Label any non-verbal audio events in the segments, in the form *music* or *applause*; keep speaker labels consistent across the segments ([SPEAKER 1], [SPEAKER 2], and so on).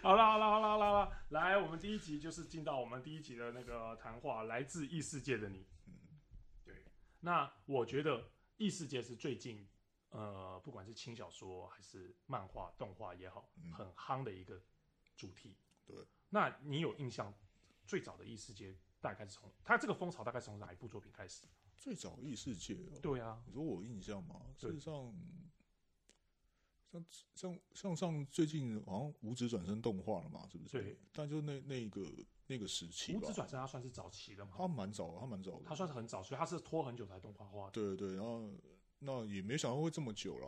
[SPEAKER 1] 好了好了好了好了好了，来，我们第一集就是进到我们第一集的那个谈话，来自异世界的你。对，那我觉得异世界是最近呃，不管是轻小说还是漫画、动画也好，很夯的一个主题。
[SPEAKER 2] 对，
[SPEAKER 1] 那你有印象最早的异世界大概是从它这个风潮大概是从哪一部作品开始？
[SPEAKER 2] 最早异世界哦，
[SPEAKER 1] 对啊，
[SPEAKER 2] 你说我有印象吗？
[SPEAKER 1] 对
[SPEAKER 2] 事实上，像像像上最近好像五指转身动画了嘛，是不是？
[SPEAKER 1] 对。
[SPEAKER 2] 但就那那个那个时期
[SPEAKER 1] 五
[SPEAKER 2] 吧
[SPEAKER 1] 指，转身它算是早期的嘛，
[SPEAKER 2] 他蛮早的，他蛮早
[SPEAKER 1] 它
[SPEAKER 2] 的。
[SPEAKER 1] 算是很早，所以它是拖很久才动画化的。
[SPEAKER 2] 对对对，然后那也没想到会这么久啦。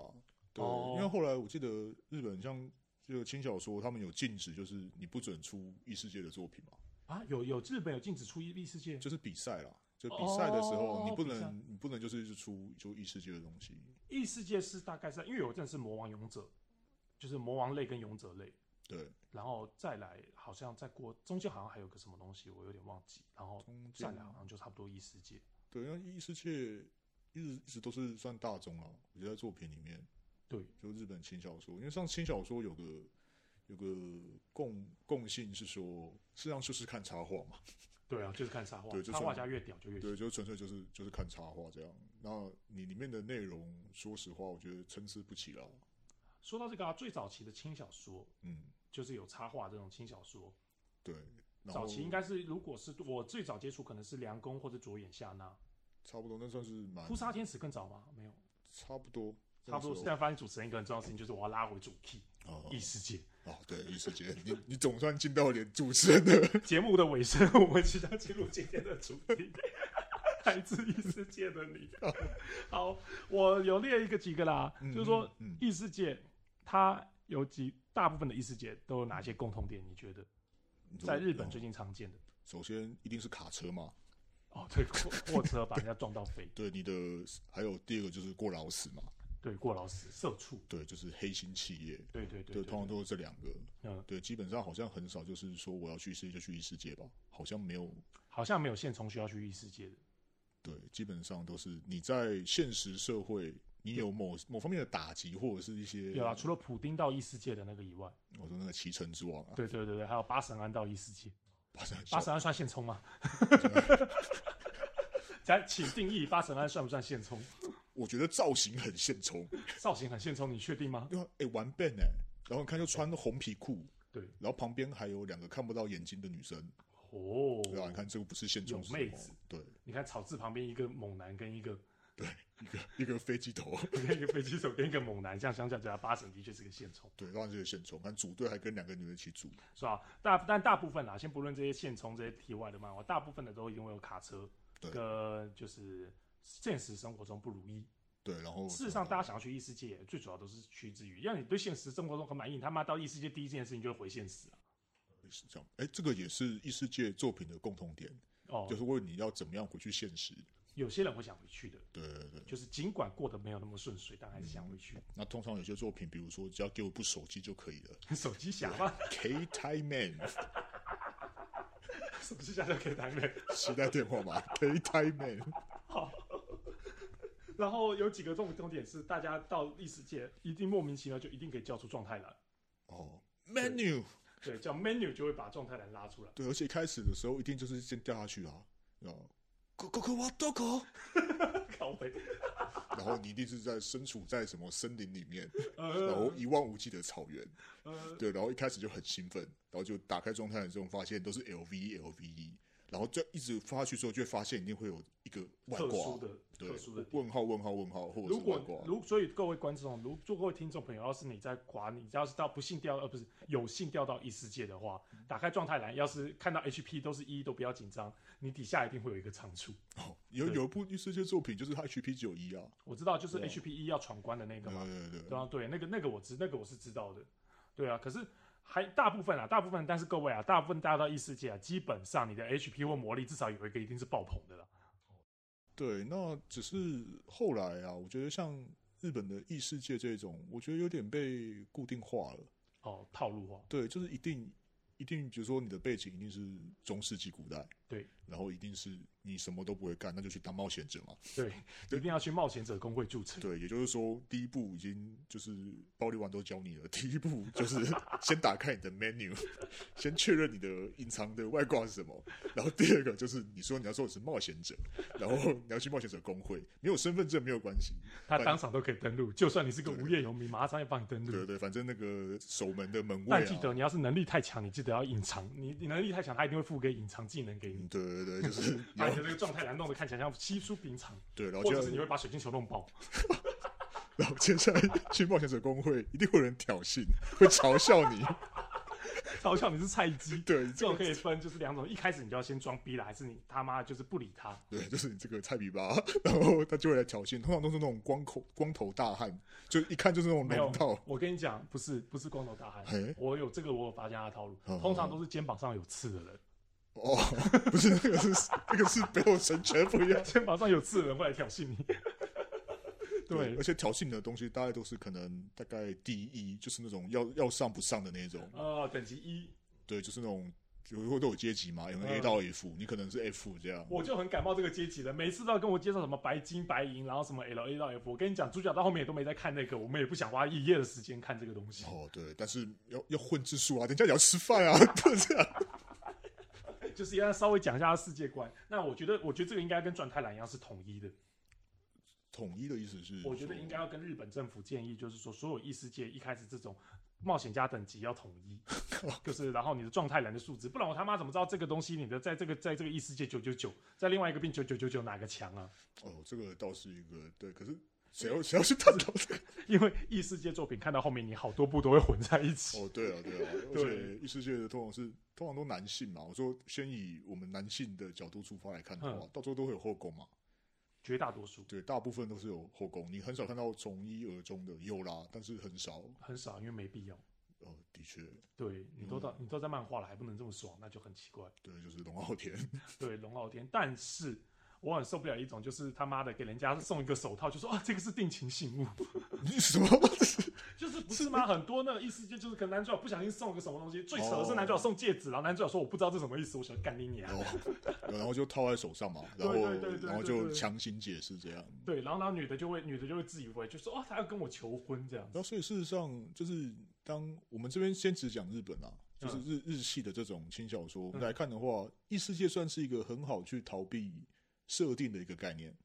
[SPEAKER 2] 对，
[SPEAKER 1] 哦
[SPEAKER 2] 因为后来我记得日本像这个轻小说，他们有禁止，就是你不准出异世界的作品嘛，
[SPEAKER 1] 啊，有有日本有禁止出异异世界，
[SPEAKER 2] 就是比赛啦。就比赛的时候，
[SPEAKER 1] 哦
[SPEAKER 2] 你不
[SPEAKER 1] 比赛
[SPEAKER 2] 能，你不能就是一直出就异世界的东西。
[SPEAKER 1] 异世界是大概是因为有一阵是魔王勇者，就是魔王类跟勇者类，
[SPEAKER 2] 对，
[SPEAKER 1] 然后再来好像再过中间好像还有个什么东西，我有点忘记，然后
[SPEAKER 2] 中
[SPEAKER 1] 再
[SPEAKER 2] 间
[SPEAKER 1] 来好像就差不多异世界。
[SPEAKER 2] 对，因为异世界一直一直都是算大众啊，我觉得在作品里面，
[SPEAKER 1] 对，
[SPEAKER 2] 就日本轻小说，因为像轻小说有个有个共共性是说，实际上就是看插画嘛，
[SPEAKER 1] 对啊，就是看插画
[SPEAKER 2] 对，就
[SPEAKER 1] 插画
[SPEAKER 2] 算
[SPEAKER 1] 家越屌就越
[SPEAKER 2] 对，就纯粹就是就是看插画这样。那你里面的内容，说实话，我觉得参差不齐啦。
[SPEAKER 1] 说到这个啊，最早期的轻小说
[SPEAKER 2] 嗯，
[SPEAKER 1] 就是有插画这种轻小说，
[SPEAKER 2] 对，然
[SPEAKER 1] 早
[SPEAKER 2] 后
[SPEAKER 1] 期应该是如果是我最早接触可能是梁公或者左眼夏娜，
[SPEAKER 2] 差不多，那算是蛮
[SPEAKER 1] 扑杀天使更早吗？没有，
[SPEAKER 2] 差不多，
[SPEAKER 1] 差不多。现
[SPEAKER 2] 是啊
[SPEAKER 1] 在发现主持人一个很重要的事情就是我要拉回主 key
[SPEAKER 2] 哦
[SPEAKER 1] 异世界。
[SPEAKER 2] 哦，对，异世界，你你总算进到连主持人的，
[SPEAKER 1] 节目的尾声，我们即将进入今天的主题，来自异世界的你。好，我有列一个几个啦， *laughs* 就是说
[SPEAKER 2] 嗯
[SPEAKER 1] 异世界它有几大部分的异世界都有哪些共同点？你觉得
[SPEAKER 2] 嗯
[SPEAKER 1] 在日
[SPEAKER 2] 哦
[SPEAKER 1] 本最近常见的？
[SPEAKER 2] 首先一定是卡车嘛，
[SPEAKER 1] 哦，对，货 *laughs* 货车把人家撞到飞，
[SPEAKER 2] 对你的，还有第二个就是过劳死嘛，
[SPEAKER 1] 对，过劳死、社畜，
[SPEAKER 2] 对，就是黑心企业，
[SPEAKER 1] 对对
[SPEAKER 2] 对，
[SPEAKER 1] 对
[SPEAKER 2] 通常都是这两个，
[SPEAKER 1] 嗯，
[SPEAKER 2] 对，基本上好像很少就是说我要去异世界就去异世界吧，好像没有，
[SPEAKER 1] 好像没有现充需要去异世界的。
[SPEAKER 2] 对，基本上都是你在现实社会，你有某某方面的打击或者是一些，
[SPEAKER 1] 嗯有啊，除了普丁到异世界的那个以外，
[SPEAKER 2] 我说那个骑乘之王啊，
[SPEAKER 1] 对对对对，还有八神庵到异世界。
[SPEAKER 2] 八神
[SPEAKER 1] 八神庵算现充吗？咱请定义八神庵算不算现充？
[SPEAKER 2] 我觉得造型很现充，
[SPEAKER 1] 造型很现充，你确定吗？
[SPEAKER 2] 对啊，哎，玩笨哎，然后你看就穿红皮裤，
[SPEAKER 1] 对，
[SPEAKER 2] 然后旁边还有两个看不到眼睛的女生，
[SPEAKER 1] 哦，
[SPEAKER 2] 对啊，你看这个不是现充
[SPEAKER 1] 有
[SPEAKER 2] 是什么
[SPEAKER 1] 妹子，
[SPEAKER 2] 对，
[SPEAKER 1] 你看草字旁边一个猛男跟一个 *laughs*
[SPEAKER 2] 一个一个飞机头。 *laughs*
[SPEAKER 1] 跟一个飞机手跟一个猛男，这样相较之下，八神的确是个现充，
[SPEAKER 2] 对，当然就是现充，但组队还跟两个女人一起组。
[SPEAKER 1] 是吧？大但大部分啦，啊先不论这些现充这些题外的漫画，大部分的都一定会有卡车
[SPEAKER 2] 对
[SPEAKER 1] 跟就是现实生活中不如意。
[SPEAKER 2] 哦对，啊然后
[SPEAKER 1] 事实上，大家想要去异世界，最主要都是趋之于让你对现实生活中很满意，你他妈到异世界第一件事情就会回现实啊。
[SPEAKER 2] 是这样，哎，这个也是异世界作品的共同点，
[SPEAKER 1] 哦，
[SPEAKER 2] 就是问你要怎么样回去现实。
[SPEAKER 1] 有些人会想回去的，
[SPEAKER 2] 对对对，
[SPEAKER 1] 就是尽管过得没有那么顺遂，但还是想回去。
[SPEAKER 2] 那通常有些作品，比如说只要给我一部手机就可以了
[SPEAKER 1] 手机侠吧，
[SPEAKER 2] ，K Time Man 啊
[SPEAKER 1] *laughs* 手机侠就可以谈恋爱。
[SPEAKER 2] 时代电话嘛，K Time Man。
[SPEAKER 1] 好，然后有几个重重点是，大家到异世界一定莫名其妙就一定可以叫出状态栏，
[SPEAKER 2] 哦，Menu
[SPEAKER 1] 对，叫 menu 就会把状态栏拉出来。
[SPEAKER 2] 对，而且一开始的时候一定就是先掉下去啊，然后。Go go go what go go！
[SPEAKER 1] 靠背，
[SPEAKER 2] 然后你一定是在身处在什么森林里
[SPEAKER 1] *laughs*
[SPEAKER 2] 面，然后
[SPEAKER 1] 呃
[SPEAKER 2] 一望无际的草原，
[SPEAKER 1] 呃，
[SPEAKER 2] 对，然后一开始就很兴奋，然后就打开状态的时候发现都是 LV LV，然 E，后就一直发下去之后，就会发现一定会有一个外
[SPEAKER 1] 特殊
[SPEAKER 2] 挂，
[SPEAKER 1] 的
[SPEAKER 2] 对
[SPEAKER 1] 特殊的，点。
[SPEAKER 2] 问号问号问号，或者
[SPEAKER 1] 如
[SPEAKER 2] 是外
[SPEAKER 1] 果
[SPEAKER 2] 挂，
[SPEAKER 1] 如所以各位观众，如如果各位听众朋友，要是你在滑，你要是到不幸掉呃不是有幸掉到异世界的话，
[SPEAKER 2] 嗯
[SPEAKER 1] 打开状态栏，要是看到 HP 都是一、都不要紧张，你底下一定会有一个长处。
[SPEAKER 2] 哦有有一部异世界作品就是它 HP 九一啊，
[SPEAKER 1] 我知道，就是
[SPEAKER 2] 对啊
[SPEAKER 1] HP 一要闯关的那个
[SPEAKER 2] 对
[SPEAKER 1] 嘛，
[SPEAKER 2] 对对
[SPEAKER 1] 对啊，对，那个那个我知，那个我是知道的，对啊，可是。还大部分啊，大部分，但是各位啊，大部分大家到异世界啊，基本上你的 HP 或魔力至少有一个一定是爆棚的啦。
[SPEAKER 2] 对，那只是后来啊，我觉得像日本的异世界这种，我觉得有点被固定化了，
[SPEAKER 1] 哦，套路化，
[SPEAKER 2] 对，就是一定一定，比如说你的背景一定是中世纪古代，
[SPEAKER 1] 对，
[SPEAKER 2] 然后一定是你什么都不会干，那就去当冒险者嘛。 *laughs*
[SPEAKER 1] 对，一定要去冒险者工会注册。
[SPEAKER 2] 对，也就是说，第一步已经就是暴力丸都教你了，第一步就是先打开你的 menu，先 *laughs* 确认你的隐藏的外挂是什么，然后第二个就是你说你要说我是冒险者，然后你要去冒险者工会，没有身份证没有关系，
[SPEAKER 1] 他当场都可以登录，就算你是个无业游民，马上要帮你登
[SPEAKER 2] 对对
[SPEAKER 1] 录。
[SPEAKER 2] 对，反正那个守门的门卫
[SPEAKER 1] 但嗯记
[SPEAKER 2] 啊，
[SPEAKER 1] 得，你要是能力太强，你记得要隐藏。你你能力太强，他一定会付给隐藏技能给你
[SPEAKER 2] 嗯，对对对，就是你
[SPEAKER 1] *laughs* 把
[SPEAKER 2] 要
[SPEAKER 1] 你的这个状态难弄得看起来像稀疏平常，
[SPEAKER 2] 对，然后
[SPEAKER 1] 哎或
[SPEAKER 2] 就
[SPEAKER 1] 者是你
[SPEAKER 2] 要
[SPEAKER 1] 会把水晶球弄爆。 *laughs*
[SPEAKER 2] 然后接下来去冒险者工会，一定会有人挑衅，会嘲笑你， *laughs*
[SPEAKER 1] 嘲笑你是菜鸡。
[SPEAKER 2] 对，
[SPEAKER 1] 这
[SPEAKER 2] 这
[SPEAKER 1] 种
[SPEAKER 2] 个
[SPEAKER 1] 可以分就是两种，一开始你就要先装逼了，还是你他妈就是不理他？
[SPEAKER 2] 对，就是你这个菜逼吧，然后他就会来挑衅，通常都是那种光口光头大汉，就一看就是那种
[SPEAKER 1] 没有
[SPEAKER 2] 龙套，
[SPEAKER 1] 我跟你讲，不是不是光头大汉
[SPEAKER 2] 嘿，
[SPEAKER 1] 我有这个我有发现他的套路，
[SPEAKER 2] 哦
[SPEAKER 1] 通常都是肩膀上有刺的人，
[SPEAKER 2] 哦，不是那个是那个是北欧神拳不
[SPEAKER 1] *laughs*
[SPEAKER 2] 一样，
[SPEAKER 1] 肩膀上有刺的人会来挑衅你。 *laughs* 对
[SPEAKER 2] 而，且挑衅你的东西大概都是可能大概第一，就是那种要要上不上的那种，
[SPEAKER 1] 呃，等级一，
[SPEAKER 2] 对，就是那种有会都有阶级嘛，有
[SPEAKER 1] 嗯
[SPEAKER 2] A 到 F，、你可能是 F 这样，
[SPEAKER 1] 我就很感冒这个阶级的，每次都要跟我介绍什么白金、白银，然后什么 L A 到 F。我跟你讲，主角到后面也都没在看那个，我们也不想花一夜的时间看这个东西。
[SPEAKER 2] 哦对，但是要要混字数啊，人家也要吃饭啊， *laughs* 不能这样，
[SPEAKER 1] 就是要稍微讲一下他世界观。那我觉得，我觉得这个应该跟转太郎一样是统一的。
[SPEAKER 2] 统一的意思是嗯说，
[SPEAKER 1] 我觉得应该要跟日本政府建议，就是说所有异世界一开始这种冒险家等级要统
[SPEAKER 2] *laughs*
[SPEAKER 1] 一，就是然后你的状态栏的数值，不然我他妈怎么知道这个东西你的在这个在这个异世界九九九，在另外一个变九九九九哪个强啊？ *laughs*
[SPEAKER 2] 哦，这个倒是一个对，可是谁要谁要去探讨这个？
[SPEAKER 1] 因为异世界作品看到后面，你好多部都会混在一起。
[SPEAKER 2] 哦，对啊，
[SPEAKER 1] *laughs*
[SPEAKER 2] 对啊，而且异世界的通常是通常都男性嘛。我说先以我们男性的角度出发来看的
[SPEAKER 1] 嗯
[SPEAKER 2] 话，到最后都会有后宫嘛。
[SPEAKER 1] 绝大多数
[SPEAKER 2] 对，大部分都是有后宫，你很少看到从一而终的有啦，但是很少。
[SPEAKER 1] 很少，因为没必要。
[SPEAKER 2] 哦，的确，
[SPEAKER 1] 对你都
[SPEAKER 2] 嗯
[SPEAKER 1] 到你都在漫画了，还不能这么爽，那就很奇怪。
[SPEAKER 2] 对，就是龙傲天。 *laughs*
[SPEAKER 1] 对龙傲天，但是我很受不了一种，就是他妈的给人家送一个手套，就说啊这个是定情信物。
[SPEAKER 2] 你什
[SPEAKER 1] *laughs*
[SPEAKER 2] 么？
[SPEAKER 1] 就是不是吗？很多那个异世界就是可能男主角不小心送了个什么东西，最扯的是
[SPEAKER 2] 哦
[SPEAKER 1] 男主角送戒指，然后男主角说我不知道这什么意思，我想干你娘。
[SPEAKER 2] 哦，然后就套在手上嘛，然后
[SPEAKER 1] 对对对对
[SPEAKER 2] 然后
[SPEAKER 1] 对
[SPEAKER 2] 就
[SPEAKER 1] 对
[SPEAKER 2] 强行解释这样。
[SPEAKER 1] 对，然后然后女的就会女的就会自以为就说哦他要跟我求婚这样
[SPEAKER 2] 然后，
[SPEAKER 1] 子。
[SPEAKER 2] 所以事实上，就是当我们这边先只讲日本啊，就是
[SPEAKER 1] 嗯
[SPEAKER 2] 日、日系的这种轻小说，我们来看的话，异世界算是一个很好去逃避设定的一个概念，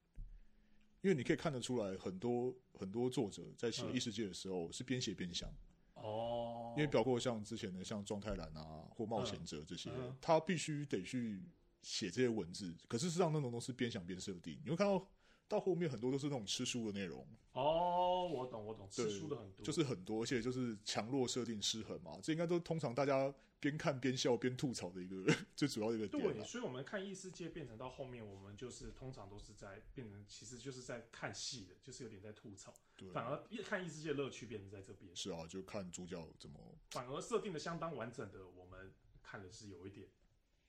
[SPEAKER 2] 因为你可以看得出来，很多很多作者在写
[SPEAKER 1] 嗯
[SPEAKER 2] 异世界的时候是边写边想，
[SPEAKER 1] 哦，
[SPEAKER 2] 因为包括像之前的像状态栏啊或冒险者这些，
[SPEAKER 1] 嗯
[SPEAKER 2] 他必须得去写这些文字，可是事实上那种都是边想边设定，你会看到到后面很多都是那种吃书的内容。
[SPEAKER 1] 哦，我懂我懂，吃
[SPEAKER 2] 对
[SPEAKER 1] 书的很多，
[SPEAKER 2] 就是很多，而且就是强弱设定失衡嘛，这应该都通常大家边看边笑边吐槽的一个 *laughs* 最主要的一个点
[SPEAKER 1] 对，
[SPEAKER 2] 啦。
[SPEAKER 1] 所以我们看异世界变成到后面，我们就是通常都是在变成其实就是在看戏的，就是有点在吐槽，
[SPEAKER 2] 对，啊
[SPEAKER 1] 反而一看异世界乐趣变成在这边，
[SPEAKER 2] 是啊，就看主角怎么
[SPEAKER 1] 反而设定的相当完整的，我们看的是有一点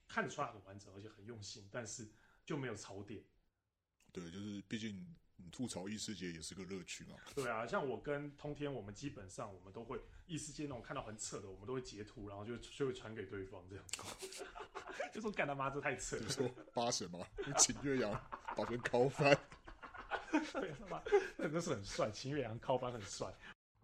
[SPEAKER 1] 看得出来很完整，而且很用心，但是就没有槽点。
[SPEAKER 2] 对，就是毕竟你吐槽异世界也是个乐趣嘛。
[SPEAKER 1] 对啊，像我跟通天，我们基本上我们都会异世界那种看到很扯的，我们都会截图，然后就就会传给对方这样， *laughs* 就说干他妈这太扯
[SPEAKER 2] 比
[SPEAKER 1] 了 *laughs*
[SPEAKER 2] 如，说八神嘛，请岳阳把人敲翻，
[SPEAKER 1] 对他妈那真是很帅，秦岳阳 *laughs* 靠班很帅，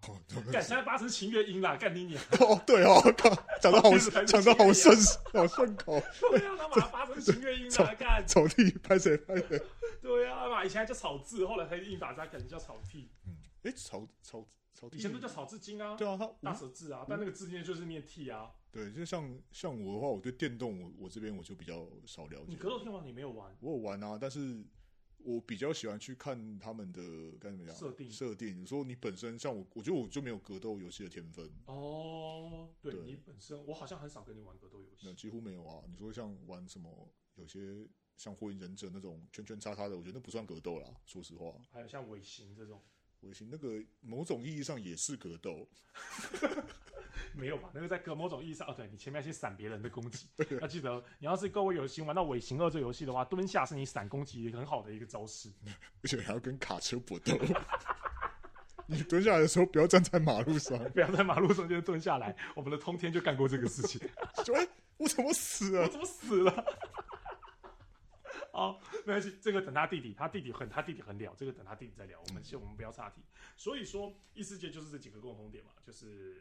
[SPEAKER 2] 哦，
[SPEAKER 1] 干现在八成秦岳英啦，干你 *laughs* 娘！
[SPEAKER 2] 哦对哦，靠，
[SPEAKER 1] *laughs*
[SPEAKER 2] 讲的好
[SPEAKER 1] 其实还是
[SPEAKER 2] 讲的好顺好顺口，
[SPEAKER 1] 对啊，他妈八成秦岳英啦，干！
[SPEAKER 2] 草地拍谁拍谁。
[SPEAKER 1] 对啊，他妈以前还叫草字，后来才硬把它改成叫草剃，
[SPEAKER 2] 嗯，诶，草草草地
[SPEAKER 1] 以前都叫草字经啊，
[SPEAKER 2] 对啊，他
[SPEAKER 1] 大
[SPEAKER 2] 无
[SPEAKER 1] 蛇字啊，但那个字念就是念剃啊。
[SPEAKER 2] 对，就像像我的话，我对电动我我这边我就比较少了解。
[SPEAKER 1] 你格斗天王你没有玩，
[SPEAKER 2] 我有玩啊，但是我比较喜欢去看他们的该怎么讲
[SPEAKER 1] 设定
[SPEAKER 2] 设定。你说你本身像我，我觉得我就没有格斗游戏的天分，
[SPEAKER 1] 哦，对
[SPEAKER 2] 对
[SPEAKER 1] 你本身，我好像很少跟你玩格斗游
[SPEAKER 2] 那
[SPEAKER 1] 戏。
[SPEAKER 2] 几乎没有啊。你说像玩什么，有些像火影忍者那种圈圈叉叉的，我觉得那不算格斗啦。说实话，
[SPEAKER 1] 还有像尾行这种，
[SPEAKER 2] 我行那个某种意义上也是格斗，
[SPEAKER 1] 没有吧？那个在格某种意义上，哦，对你前面要先闪别人的攻击，要记得，哦你要是各位有心玩到尾行二这游戏的话，蹲下是你闪攻击很好的一个招式。
[SPEAKER 2] 而且还要跟卡车搏
[SPEAKER 1] *laughs*
[SPEAKER 2] 斗。你蹲下来的时候不要站在马路上，
[SPEAKER 1] 不要在马路中间蹲下来，我们的通天就干过这个事情，
[SPEAKER 2] 就哎、我怎么
[SPEAKER 1] *laughs*
[SPEAKER 2] 死
[SPEAKER 1] 我
[SPEAKER 2] 啊？
[SPEAKER 1] 怎么死了？好，没关系，这个等他弟弟，他弟弟很他弟弟很了，这个等他弟弟再聊。我们先我们不要岔题。所以说，异世界就是这几个共同点嘛，就是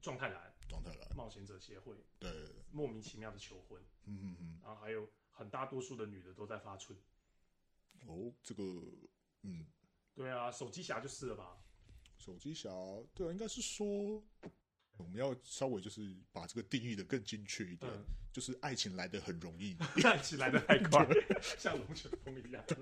[SPEAKER 1] 状态栏、
[SPEAKER 2] 状态了。
[SPEAKER 1] 冒险者协会、
[SPEAKER 2] 对，对对
[SPEAKER 1] 莫名其妙的求婚，
[SPEAKER 2] 嗯嗯嗯，
[SPEAKER 1] 然后还有很大多数的女的都在发春。
[SPEAKER 2] 哦，这个，嗯，
[SPEAKER 1] 对啊，手机侠就是了吧？
[SPEAKER 2] 手机侠，对啊，应该是说我们要稍微就是把这个定义的更精确一点，
[SPEAKER 1] 嗯，
[SPEAKER 2] 就是爱情来的很容易，
[SPEAKER 1] *laughs* 看起来的太快，像龙卷风一样。 *laughs*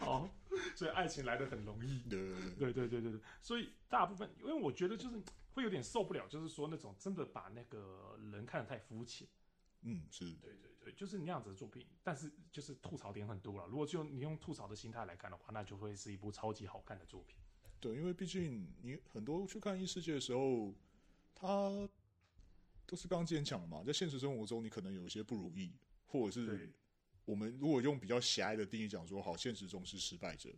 [SPEAKER 1] 好，所以爱情来的很容易。
[SPEAKER 2] 对对对对
[SPEAKER 1] 对对对对对，所以大部分，因为我觉得就是会有点受不了，就是说那种真的把那个人看得太肤浅。
[SPEAKER 2] 嗯，是，
[SPEAKER 1] 对对对，就是那样子的作品，但是就是吐槽点很多了。如果就你用吐槽的心态来看的话，那就会是一部超级好看的作品。
[SPEAKER 2] 对，因为毕竟你很多去看异世界的时候，它都是刚刚之前讲的嘛，在现实生活中你可能有一些不如意，或者
[SPEAKER 1] 对
[SPEAKER 2] 是我们如果用比较狭隘的定义讲说，好，现实中是失败者，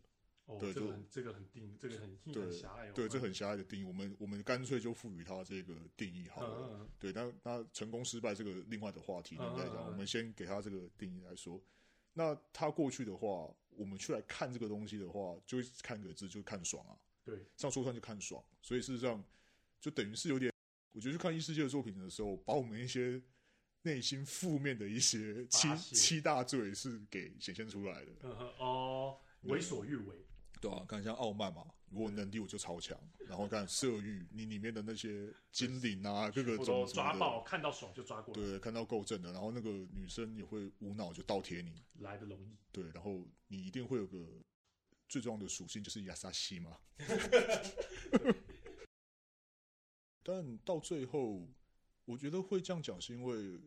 [SPEAKER 1] 哦，
[SPEAKER 2] 对
[SPEAKER 1] 这
[SPEAKER 2] 就
[SPEAKER 1] 个很这个很定，这个很很
[SPEAKER 2] 对
[SPEAKER 1] 狭隘哦。
[SPEAKER 2] 对，这很狭隘的定义，我们我们干脆就赋予它这个定义好
[SPEAKER 1] 嗯
[SPEAKER 2] 了。
[SPEAKER 1] 嗯嗯
[SPEAKER 2] 对，那那成功失败这个另外的话题，
[SPEAKER 1] 嗯
[SPEAKER 2] 我们再
[SPEAKER 1] 嗯
[SPEAKER 2] 讲。
[SPEAKER 1] 嗯
[SPEAKER 2] 我们先给他这个定义来说，那他过去的话，我们去来看这个东西的话，就会看个字，就看爽啊。
[SPEAKER 1] 对，
[SPEAKER 2] 上说看就看爽，所以事实上就等于是有点，我觉得去看异世界的作品的时候，把我们一些内心负面的一些七
[SPEAKER 1] 发泄
[SPEAKER 2] 七大罪是给显现出来的，
[SPEAKER 1] 嗯哼哦，
[SPEAKER 2] 嗯
[SPEAKER 1] 为所欲为，
[SPEAKER 2] 对啊，看像傲慢嘛，我有能力我就超强，然后看色欲，你里面的那些精灵啊，各个
[SPEAKER 1] 我
[SPEAKER 2] 种
[SPEAKER 1] 都
[SPEAKER 2] 族
[SPEAKER 1] 抓
[SPEAKER 2] 的。
[SPEAKER 1] 爆，看到爽就抓过来，
[SPEAKER 2] 对，看到够正的，然后那个女生也会无脑就倒贴你，
[SPEAKER 1] 来的容易。
[SPEAKER 2] 对，然后你一定会有个最重要的属性就是亚萨西嘛。但到最后，我觉得会这样讲，是因为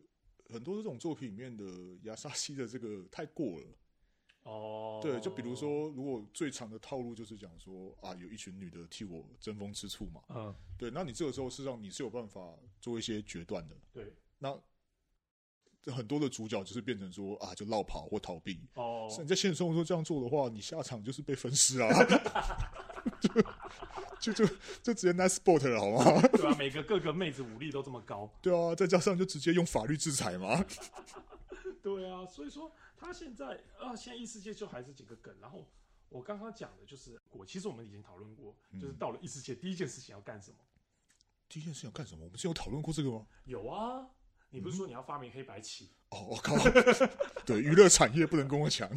[SPEAKER 2] 很多这种作品里面的亚萨西的这个太过了。
[SPEAKER 1] 哦，
[SPEAKER 2] 对，就比如，说，如果最长的套路就是讲说啊，有一群女的替我争风吃醋嘛。
[SPEAKER 1] 嗯，
[SPEAKER 2] 对，那你这个时候事实上你是有办法做一些决断的。
[SPEAKER 1] 对，
[SPEAKER 2] 那这很多的主角就是变成说啊，就绕跑或逃避。
[SPEAKER 1] 哦，
[SPEAKER 2] 是你在现实生活中这样做的话，你下场就是被分尸 *laughs* 啊！就就就就直接 nice spot 了，好吗？
[SPEAKER 1] 对
[SPEAKER 2] *laughs*
[SPEAKER 1] 啊，每个各个妹子武力都这么高，
[SPEAKER 2] 对啊，再加上就直接用法律制裁嘛。
[SPEAKER 1] 对啊，所以说他现在啊，现在异世界就还是几个梗。然后我刚刚讲的就是我，其实我们已经讨论过，就是到了异世界第一件事情要干什么？
[SPEAKER 2] 第一件事情要干什么？我们之前有讨论过这个吗？
[SPEAKER 1] 有啊，你不是说你要发明黑白棋？
[SPEAKER 2] 哦，我 *laughs* 靠！对，娱乐产业不能跟我抢。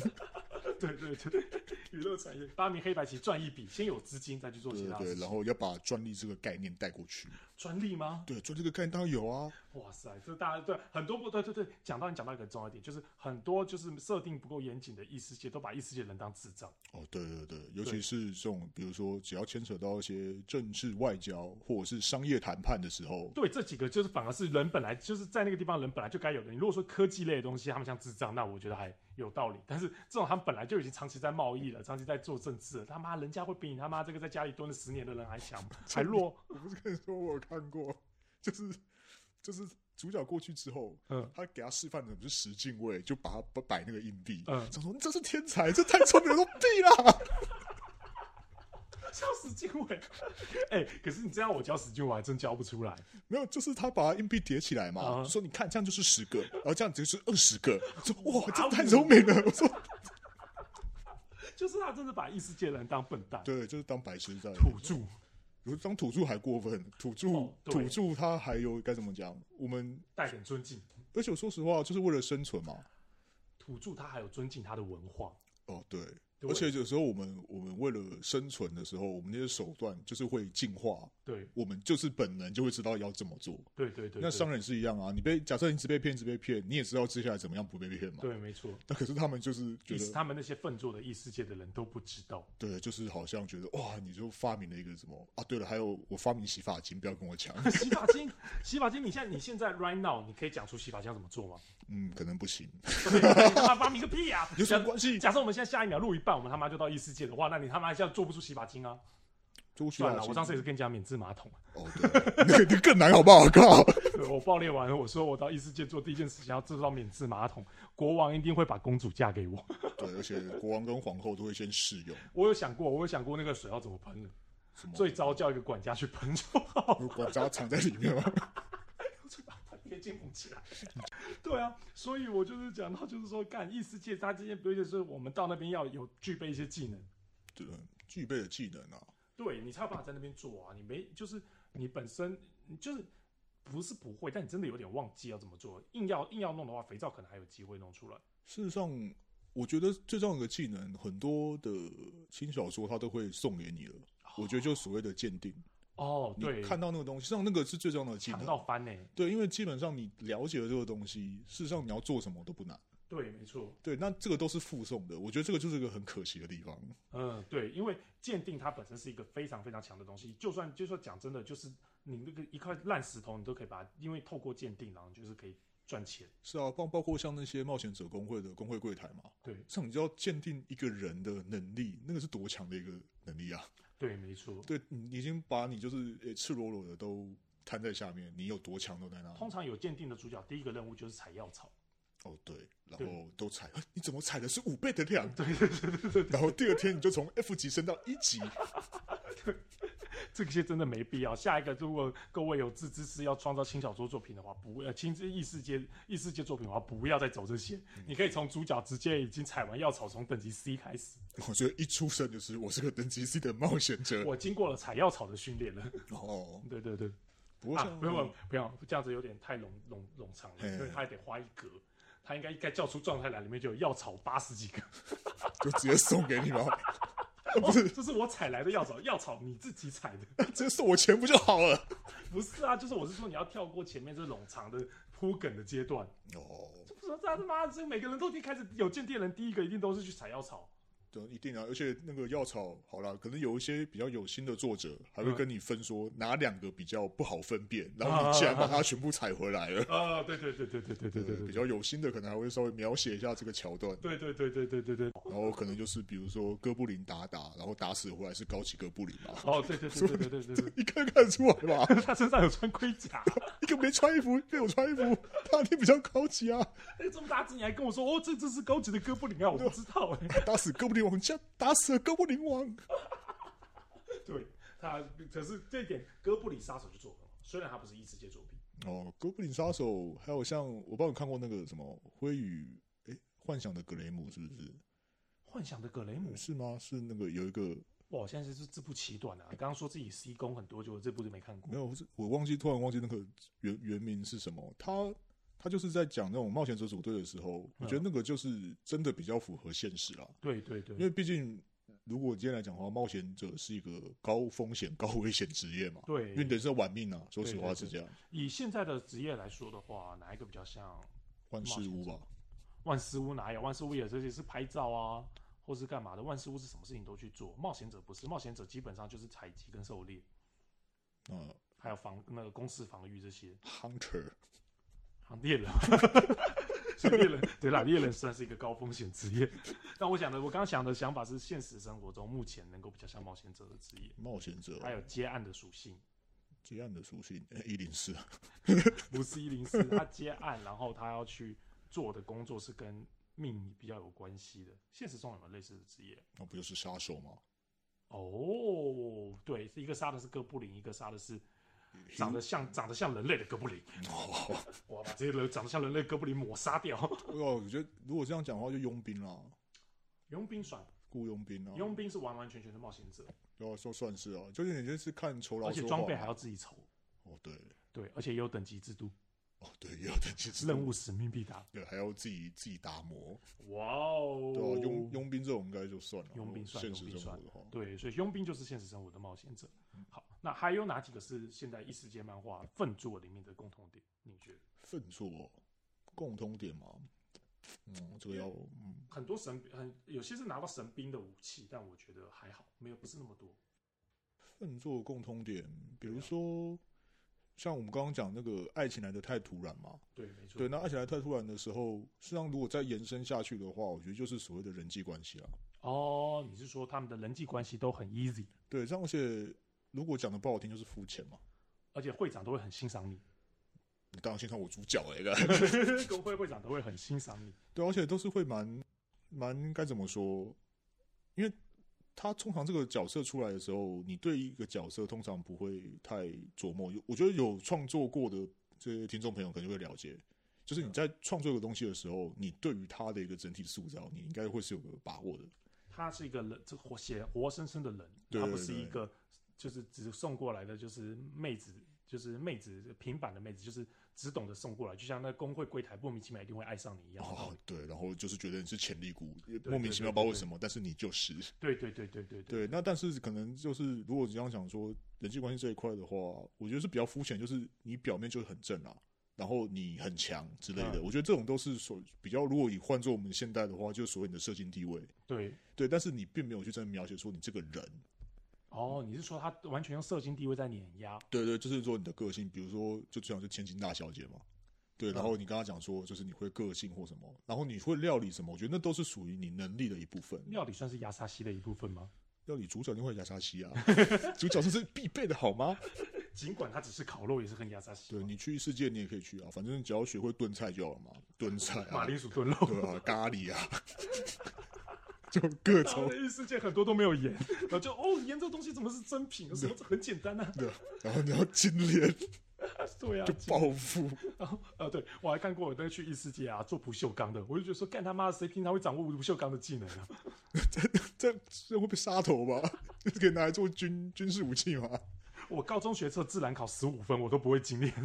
[SPEAKER 1] 对对对，娱乐产业发明黑白棋赚一笔，先有资金再去做
[SPEAKER 2] 对
[SPEAKER 1] 其他
[SPEAKER 2] 对，
[SPEAKER 1] 事
[SPEAKER 2] 然
[SPEAKER 1] 情。
[SPEAKER 2] 后要把专利这个概念带过去。
[SPEAKER 1] 专利吗？
[SPEAKER 2] 对，专利这个概念当然有啊。
[SPEAKER 1] 哇塞，这大家对很多不对对对，讲到你讲到一个很重要一点，就是很多就是设定不够严谨的异世界，都把异世界人当智障。
[SPEAKER 2] 哦，对对对，尤
[SPEAKER 1] 对
[SPEAKER 2] 其是这种，比如说只要牵扯到一些政治、外交或者是商业谈判的时候，
[SPEAKER 1] 对，这几个就是反而是人本来就是在那个地方人本来就该有的。你如果说科技类的东西，他们像智障，那我觉得还有道理。但是这种他们本来就已经长期在贸易了，长期在做政治了，他妈人家会比你他妈这个在家里蹲了十年的人还强还弱。
[SPEAKER 2] *laughs* 我不是跟你说我有看过，就是就是主角过去之后，
[SPEAKER 1] 嗯
[SPEAKER 2] 他给他示范的不是十进位，就把他摆摆那个硬币，
[SPEAKER 1] 嗯
[SPEAKER 2] 想说你这是天才，这太聪明了，都 *laughs* 毙啦！
[SPEAKER 1] 教史俊伟， *laughs* 哎、可是你这样我教史俊伟还真教不出来。
[SPEAKER 2] 没有，就是他把硬币叠起来嘛，
[SPEAKER 1] 啊
[SPEAKER 2] 说你看这样就是十个，然后这样子就是二十个，说哇，
[SPEAKER 1] 哇哦
[SPEAKER 2] 这太聪明了，我 *laughs* 说
[SPEAKER 1] 就是他真的把异世界人当笨蛋。
[SPEAKER 2] 对，就是当白痴在，
[SPEAKER 1] 土著，
[SPEAKER 2] 我说当土著还过分，土著、
[SPEAKER 1] 哦对
[SPEAKER 2] 土著他还有该怎么讲？我们
[SPEAKER 1] 带点尊敬。
[SPEAKER 2] 而且我说实话，就是为了生存嘛，
[SPEAKER 1] 土著他还有尊敬他的文化，
[SPEAKER 2] 哦对。
[SPEAKER 1] 对
[SPEAKER 2] 而且有时候我们我们为了生存的时候，我们那些手段就是会进化，
[SPEAKER 1] 对
[SPEAKER 2] 我们就是本能就会知道要这么做。
[SPEAKER 1] 对对对，对
[SPEAKER 2] 那商人也是一样啊，你被假设你只被骗，只被骗，你也知道接下来怎么样不被骗嘛。
[SPEAKER 1] 对没错，
[SPEAKER 2] 那可是他们就是觉
[SPEAKER 1] 意思
[SPEAKER 2] 得，
[SPEAKER 1] 他们那些笨拙的异世界的人都不知道。
[SPEAKER 2] 对，就是好像觉得哇，你就发明了一个什么啊？对了，还有我发明洗发精，不要跟
[SPEAKER 1] *laughs*
[SPEAKER 2] 我抢。
[SPEAKER 1] 洗发精，洗发精，你现在你现在 right now，你可以讲出洗发精要怎么做吗？ *laughs*
[SPEAKER 2] 嗯，可能不行，
[SPEAKER 1] 对你他妈发明个屁啊！
[SPEAKER 2] *laughs* 有什么
[SPEAKER 1] 假
[SPEAKER 2] 关系？
[SPEAKER 1] 假设我们现在下一秒录一半，我们他妈就到异世界的话，那你他妈现在做不出洗发精啊？
[SPEAKER 2] 就洗
[SPEAKER 1] 算
[SPEAKER 2] 发
[SPEAKER 1] 了，
[SPEAKER 2] 精
[SPEAKER 1] 我上次也是跟你讲免治马桶，
[SPEAKER 2] 哦，对，那个那个更难好不好？靠，
[SPEAKER 1] 对 *laughs* 我爆裂完了，我说我到异世界做第一件事情要制造免治马桶，国王一定会把公主嫁给我。 *laughs*
[SPEAKER 2] 对，而且国王跟皇后都会先试用
[SPEAKER 1] 我有想过，我有想过那个水要怎么喷的，
[SPEAKER 2] 什么，
[SPEAKER 1] 最糟叫一个管家去喷 *laughs* 就好了。
[SPEAKER 2] 管家藏在里面吗？
[SPEAKER 1] *laughs* 把它贴近缝起来。对啊，所以我就是讲到，就是说，干异世界，它这些不就是我们到那边要有具备一些技能，
[SPEAKER 2] 对，呃具备的技能啊，
[SPEAKER 1] 对你才有办法在那边做啊。你没就是你本身你就是不是不会，但你真的有点忘记要怎么做，硬要硬要弄的话，肥皂可能还有机会弄出来。
[SPEAKER 2] 事实上，我觉得最重要的一个技能，很多的轻小说它都会送给你了。我觉得就所谓的鉴定，
[SPEAKER 1] 哦，
[SPEAKER 2] 你
[SPEAKER 1] 对，
[SPEAKER 2] 看到那个东西，实际上那个是最重要的技
[SPEAKER 1] 强
[SPEAKER 2] 能。
[SPEAKER 1] 到翻呢、
[SPEAKER 2] 对，因为基本上你了解了这个东西，事实上你要做什么都不难。
[SPEAKER 1] 对，没错，
[SPEAKER 2] 对，那这个都是附送的，我觉得这个就是一个很可惜的地方。
[SPEAKER 1] 嗯，对，因为鉴定它本身是一个非常非常强的东西，就算就算讲真的，就是你那个一块烂石头，你都可以把它，因为透过鉴定，然后就是可以赚钱。
[SPEAKER 2] 是啊，包包括像那些冒险者工会的工会柜台嘛，
[SPEAKER 1] 对
[SPEAKER 2] 这种你就要鉴定一个人的能力，那个是多强的一个能力啊！
[SPEAKER 1] 对，没错。
[SPEAKER 2] 对你你已经把你就是呃赤裸裸的都摊在下面，你有多强都在那里。
[SPEAKER 1] 通常有鉴定的主角，第一个任务就是采药草。
[SPEAKER 2] 哦，对，然
[SPEAKER 1] 对
[SPEAKER 2] 后都踩，啊你怎么踩的是五倍的量？对对对对然后第二天你就从 F 级升到一级，
[SPEAKER 1] 这些真的没必要。下一个，如果各位有自知之要创造轻小说作品的话，不要轻异世界异世界作品的话，不要再走这些。
[SPEAKER 2] 嗯
[SPEAKER 1] 你可以从主角直接已经采完药草，从等级 C 开始。
[SPEAKER 2] 我觉得一出生就是我是个等级 C 的冒险者。
[SPEAKER 1] 我经过了采药草的训练了。
[SPEAKER 2] 哦，
[SPEAKER 1] *laughs* 对对对，
[SPEAKER 2] 不过
[SPEAKER 1] 啊
[SPEAKER 2] 像，
[SPEAKER 1] 不用不用，这样子有点太冗冗冗长了，
[SPEAKER 2] 嘿
[SPEAKER 1] 因为他还得花一格。他应该应该叫出状态来，里面就有药草八十
[SPEAKER 2] *laughs*
[SPEAKER 1] 几个。
[SPEAKER 2] 就直接送给你吧，啊
[SPEAKER 1] 不是、这是我采来的药草，药草你自己采的。 *laughs*
[SPEAKER 2] 直接送我钱不就好了？
[SPEAKER 1] 不是啊，就是我是说你要跳过前面这冗长的铺梗的阶段。
[SPEAKER 2] 哦，
[SPEAKER 1] 这不是他妈的，这每个人都已经开始有鉴定人，第一个一定都是去采药草。
[SPEAKER 2] 对，一定啊！而且那个药草，好啦，可能有一些比较有心的作者还会
[SPEAKER 1] 嗯
[SPEAKER 2] 跟你分说哪两个比较不好分辨，然后你竟然把它全部采回来了。
[SPEAKER 1] 啊，对对对对对对对对
[SPEAKER 2] 比
[SPEAKER 1] 对。
[SPEAKER 2] 较有心的可能还会稍微描写一下这个桥
[SPEAKER 1] *laughs*
[SPEAKER 2] 段，
[SPEAKER 1] 对对对对对对对，
[SPEAKER 2] 然后可能就是比如说哥布林打打，然后打死回来是高级哥布林嘛，
[SPEAKER 1] *laughs* 哦，对对对对对对对
[SPEAKER 2] 你看看得出来吧？
[SPEAKER 1] *laughs*
[SPEAKER 2] *laughs*
[SPEAKER 1] 对，他身上有穿盔甲，
[SPEAKER 2] 一个没穿衣服，一个有穿衣服，他一定比较高级啊！
[SPEAKER 1] 哎，这么大只你还跟我说，哦，这这是高级的哥布林啊，我不知道哎、
[SPEAKER 2] 打死哥布林王，加打死了哥布林王，
[SPEAKER 1] *laughs* 对他，可是这一点哥布里杀手就做得很好，虽然他不是异世界作品，
[SPEAKER 2] 哦，《哥布林杀手》，还有像我帮你看过那个什么《灰与诶幻想的格雷姆》，是不是？
[SPEAKER 1] 幻想的葛雷姆，
[SPEAKER 2] 是吗？是那个有一个
[SPEAKER 1] 哇，我现在是自不其短啊！刚刚说自己 C 攻很多，就这部就没看过
[SPEAKER 2] 没。有，是我忘记突然忘记那个原原名是什么。他他就是在讲那种冒险者组队的时候，我觉得那个就是真的比较符合现实啦。
[SPEAKER 1] 对对
[SPEAKER 2] 因
[SPEAKER 1] 对
[SPEAKER 2] 为毕竟如果今天来讲的话，冒险者是一个高风险高危险职业嘛，因为你
[SPEAKER 1] 对，
[SPEAKER 2] 等于是要玩命啊。说实话
[SPEAKER 1] 对对
[SPEAKER 2] 是这样，
[SPEAKER 1] 以现在的职业来说的话，哪一个比较像
[SPEAKER 2] 万事屋吧。
[SPEAKER 1] 万事屋哪有？万事屋也是也是拍照啊，或是干嘛的。万事屋是什么事情都去做，冒险者不是，冒险者基本上就是采集跟狩猎，
[SPEAKER 2] 呃
[SPEAKER 1] 还有防那个攻势防御这些。
[SPEAKER 2] ，Hunter
[SPEAKER 1] 啊，猎人， *laughs* 所以猎人对啦，猎人算是一个高风险职业。 *laughs* 但我想的，我刚刚想的想法是，现实生活中目前能够比较像冒险者的职业，
[SPEAKER 2] 冒险者
[SPEAKER 1] 还有接案的属性，
[SPEAKER 2] 接案的属性一零四
[SPEAKER 1] 不是一零四，他接案，然后他要去做的工作是跟命比较有关系的。现实中有没有类似的职业？
[SPEAKER 2] 那不就是杀手吗？
[SPEAKER 1] 哦，对，一个杀的是哥布林，一个杀的是长得像长得像人类的哥布林。
[SPEAKER 2] *laughs* 哦，
[SPEAKER 1] 我把这些人长得像人类的哥布林抹杀掉。
[SPEAKER 2] 我觉得如果这样讲的话，就佣兵啦，
[SPEAKER 1] 佣兵爽，
[SPEAKER 2] 雇佣兵啊，
[SPEAKER 1] 佣兵是完完全全的冒险者，
[SPEAKER 2] 要说算是啊，就是你就是看酬劳
[SPEAKER 1] 而
[SPEAKER 2] 说
[SPEAKER 1] 且
[SPEAKER 2] 话
[SPEAKER 1] 装备
[SPEAKER 2] 嘛
[SPEAKER 1] 还要自己筹。
[SPEAKER 2] 哦，对，
[SPEAKER 1] 对，而且也有等级制度，
[SPEAKER 2] 哦对，也有等级制度
[SPEAKER 1] 任务使命必达。
[SPEAKER 2] 对，还要自己自己打磨，
[SPEAKER 1] 哇哦，
[SPEAKER 2] 对啊，佣佣兵这种应该就算了，哦
[SPEAKER 1] 佣兵算
[SPEAKER 2] 现实
[SPEAKER 1] 佣兵
[SPEAKER 2] 生活
[SPEAKER 1] 算
[SPEAKER 2] 的话，
[SPEAKER 1] 对，所以佣兵就是现实生活的冒险者。好，那还有哪几个是现代异世界漫画粪作里面的共同点？你觉得？
[SPEAKER 2] 分作共通点嘛，嗯，这个要嗯，
[SPEAKER 1] 很多神很有些是拿到神兵的武器，但我觉得还好，没有不是那么多。
[SPEAKER 2] 分作共通点，比如说。像我们刚刚讲那个爱情来的太突然嘛，
[SPEAKER 1] 对，没错。
[SPEAKER 2] 对，那爱情来得太突然的时候，实际上如果再延伸下去的话，我觉得就是所谓的人际关系啦。
[SPEAKER 1] 哦，你是说他们的人际关系都很 easy，
[SPEAKER 2] 对，这样而且如果讲的不好听，就是肤浅嘛。
[SPEAKER 1] 而且会长都会很欣 *laughs* 赏你，
[SPEAKER 2] 你当然欣赏我主角哎、欸，
[SPEAKER 1] 工会会长都会很欣赏你。
[SPEAKER 2] 对，而且都是会蛮蛮该怎么说？因为他通常这个角色出来的时候，你对一个角色通常不会太琢磨。有我觉得有创作过的这些听众朋友可能就会了解，就是
[SPEAKER 1] 嗯
[SPEAKER 2] 你在创作一个东西的时候，你对于它的一个整体塑造，你应该会是有个把握的。
[SPEAKER 1] 他是一个人，这活写活生生的人，
[SPEAKER 2] 对
[SPEAKER 1] 他不
[SPEAKER 2] 对
[SPEAKER 1] 是
[SPEAKER 2] 对
[SPEAKER 1] 一个就是只送过来的，就是妹子，就是妹子平板的妹子，就是只懂得送过来，就像那工会柜台莫名其妙一定会爱上你一样的道
[SPEAKER 2] 哦
[SPEAKER 1] 理。，
[SPEAKER 2] 对，然后就是觉得你是潜力股，也
[SPEAKER 1] 对
[SPEAKER 2] 莫名
[SPEAKER 1] 对
[SPEAKER 2] 其
[SPEAKER 1] 对
[SPEAKER 2] 妙不知道
[SPEAKER 1] 对
[SPEAKER 2] 为
[SPEAKER 1] 对
[SPEAKER 2] 什么，但是你就是。
[SPEAKER 1] 对对对对对对
[SPEAKER 2] 对，那但是可能就是，如果你这样想说人际关系这一块的话，我觉得是比较肤浅，就是你表面就是很正啊，然后你很强之类的。
[SPEAKER 1] 嗯
[SPEAKER 2] 我觉得这种都是所比较，如果你换做我们现代的话，就是所谓你的社经地位。
[SPEAKER 1] 对。
[SPEAKER 2] 对，但是你并没有去真的描写说你这个人。
[SPEAKER 1] 哦，你是说他完全用社经地位在碾压？
[SPEAKER 2] 对对，就是说你的个性，比如说就这样，就千金大小姐嘛。对，
[SPEAKER 1] 嗯
[SPEAKER 2] 然后你刚刚讲说，就是你会个性或什么，然后你会料理什么，我觉得那都是属于你能力的一部分。
[SPEAKER 1] 料理算是亚沙西的一部分吗？
[SPEAKER 2] 料理主角就会亚沙西啊， *laughs* 主角这是必备的好吗？
[SPEAKER 1] 尽管它只是烤肉，也是很亚沙西
[SPEAKER 2] 对
[SPEAKER 1] 嘛。
[SPEAKER 2] 你去异世界，你也可以去啊，反正只要学会炖菜就好了嘛，炖菜
[SPEAKER 1] 马
[SPEAKER 2] 啊，
[SPEAKER 1] 铃薯炖肉，
[SPEAKER 2] 对啊，咖喱啊， *laughs* 就各
[SPEAKER 1] 大陆
[SPEAKER 2] 种
[SPEAKER 1] 的异世界很多都没有盐， *laughs* 然后就哦，盐这东西怎么是真品？什么这很简单啊？ *laughs*
[SPEAKER 2] 的，然后你要精炼
[SPEAKER 1] 对啊，
[SPEAKER 2] 就暴富， *laughs*
[SPEAKER 1] 然后呃，对我还看过有那个去异世界啊做不锈钢的，我就觉得说干他妈的谁平常会掌握不锈钢的技能啊？ *laughs*
[SPEAKER 2] 这这会被杀头吧？就是 *laughs* 可以拿来做军军事武器嘛？
[SPEAKER 1] 我高中学测自然考十五分，我都不会精炼。 *laughs*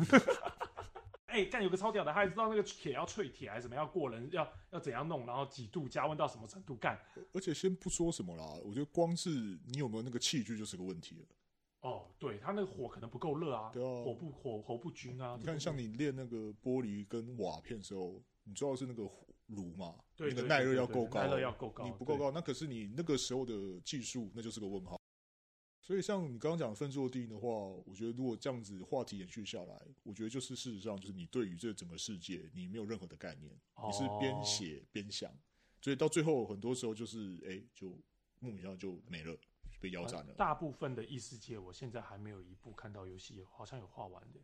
[SPEAKER 1] 哎、干有个超屌的，他还知道那个铁要淬铁还是什么，要过人，要要怎样弄，然后几度加温到什么程度干。
[SPEAKER 2] 而且先不说什么啦，我觉得光是你有没有那个器具就是个问题了。
[SPEAKER 1] 哦，对他那个火可能不够热啊，
[SPEAKER 2] 对啊
[SPEAKER 1] 火不火火不均啊。
[SPEAKER 2] 你
[SPEAKER 1] 这
[SPEAKER 2] 看，
[SPEAKER 1] 个
[SPEAKER 2] 像你练那个玻璃跟瓦片的时候，你主要是那个炉嘛，
[SPEAKER 1] 对
[SPEAKER 2] 那个
[SPEAKER 1] 对
[SPEAKER 2] 耐
[SPEAKER 1] 对
[SPEAKER 2] 热
[SPEAKER 1] 对
[SPEAKER 2] 要
[SPEAKER 1] 对
[SPEAKER 2] 够
[SPEAKER 1] 耐
[SPEAKER 2] 高，哦
[SPEAKER 1] 热要够高
[SPEAKER 2] 你不够
[SPEAKER 1] 对
[SPEAKER 2] 高，那可是你那个时候的技术，那就是个问号。所以，像你刚刚讲的分坐定的话，我觉得如果这样子话题延续下来，我觉得就是事实上就是你对于这整个世界你没有任何的概念，你是边
[SPEAKER 1] 哦
[SPEAKER 2] 写边想，所以到最后很多时候就是哎、就莫名其妙就没了，被腰斩了。
[SPEAKER 1] 呃大部分的异世界，我现在还没有一部看到游戏有好像有画完的。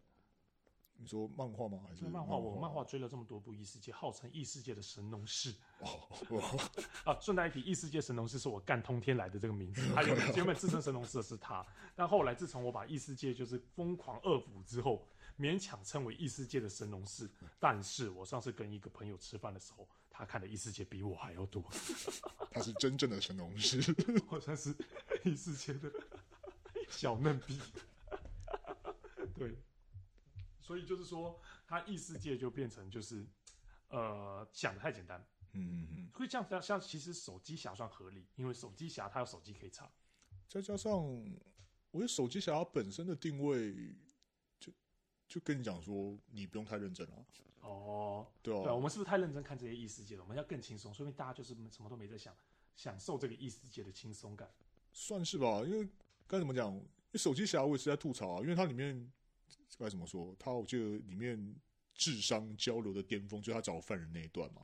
[SPEAKER 2] 你说漫画吗？还是
[SPEAKER 1] 这漫画我漫画追了这么多部异世界，号称异世界的神农氏。
[SPEAKER 2] 哦，
[SPEAKER 1] 啊，顺带一提，异世界神农氏是我干通天来的这个名字，他原本原本自称神农氏的是他， *laughs* 但后来自从我把异世界就是疯狂恶补之后，勉强称为异世界的神农氏。但是我上次跟一个朋友吃饭的时候，他看的异世界比我还要多，
[SPEAKER 2] *laughs*
[SPEAKER 1] *laughs*
[SPEAKER 2] 他是真正的神农氏。
[SPEAKER 1] 我算是异世界的小嫩逼。对，所以就是说，他异世界就变成就是，呃，想的太简单，
[SPEAKER 2] 嗯嗯嗯，
[SPEAKER 1] 会这样像像其实手机侠算合理，因为手机侠他有手机可以查。
[SPEAKER 2] 再加上我觉得手机侠本身的定位，就就跟你讲说，你不用太认真了、
[SPEAKER 1] 哦，
[SPEAKER 2] 对
[SPEAKER 1] 对啊，我
[SPEAKER 2] 啊，
[SPEAKER 1] 们是不是太认真看这些异世界了？我们要更轻松，说明大家就是什么都没在想，享受这个异世界的轻松感。
[SPEAKER 2] 算是吧，因为该怎么讲，因为手机侠我也是在吐槽啊，因为它里面该怎么说，它我记得里面智商交流的巅峰就是他找犯人那一段嘛，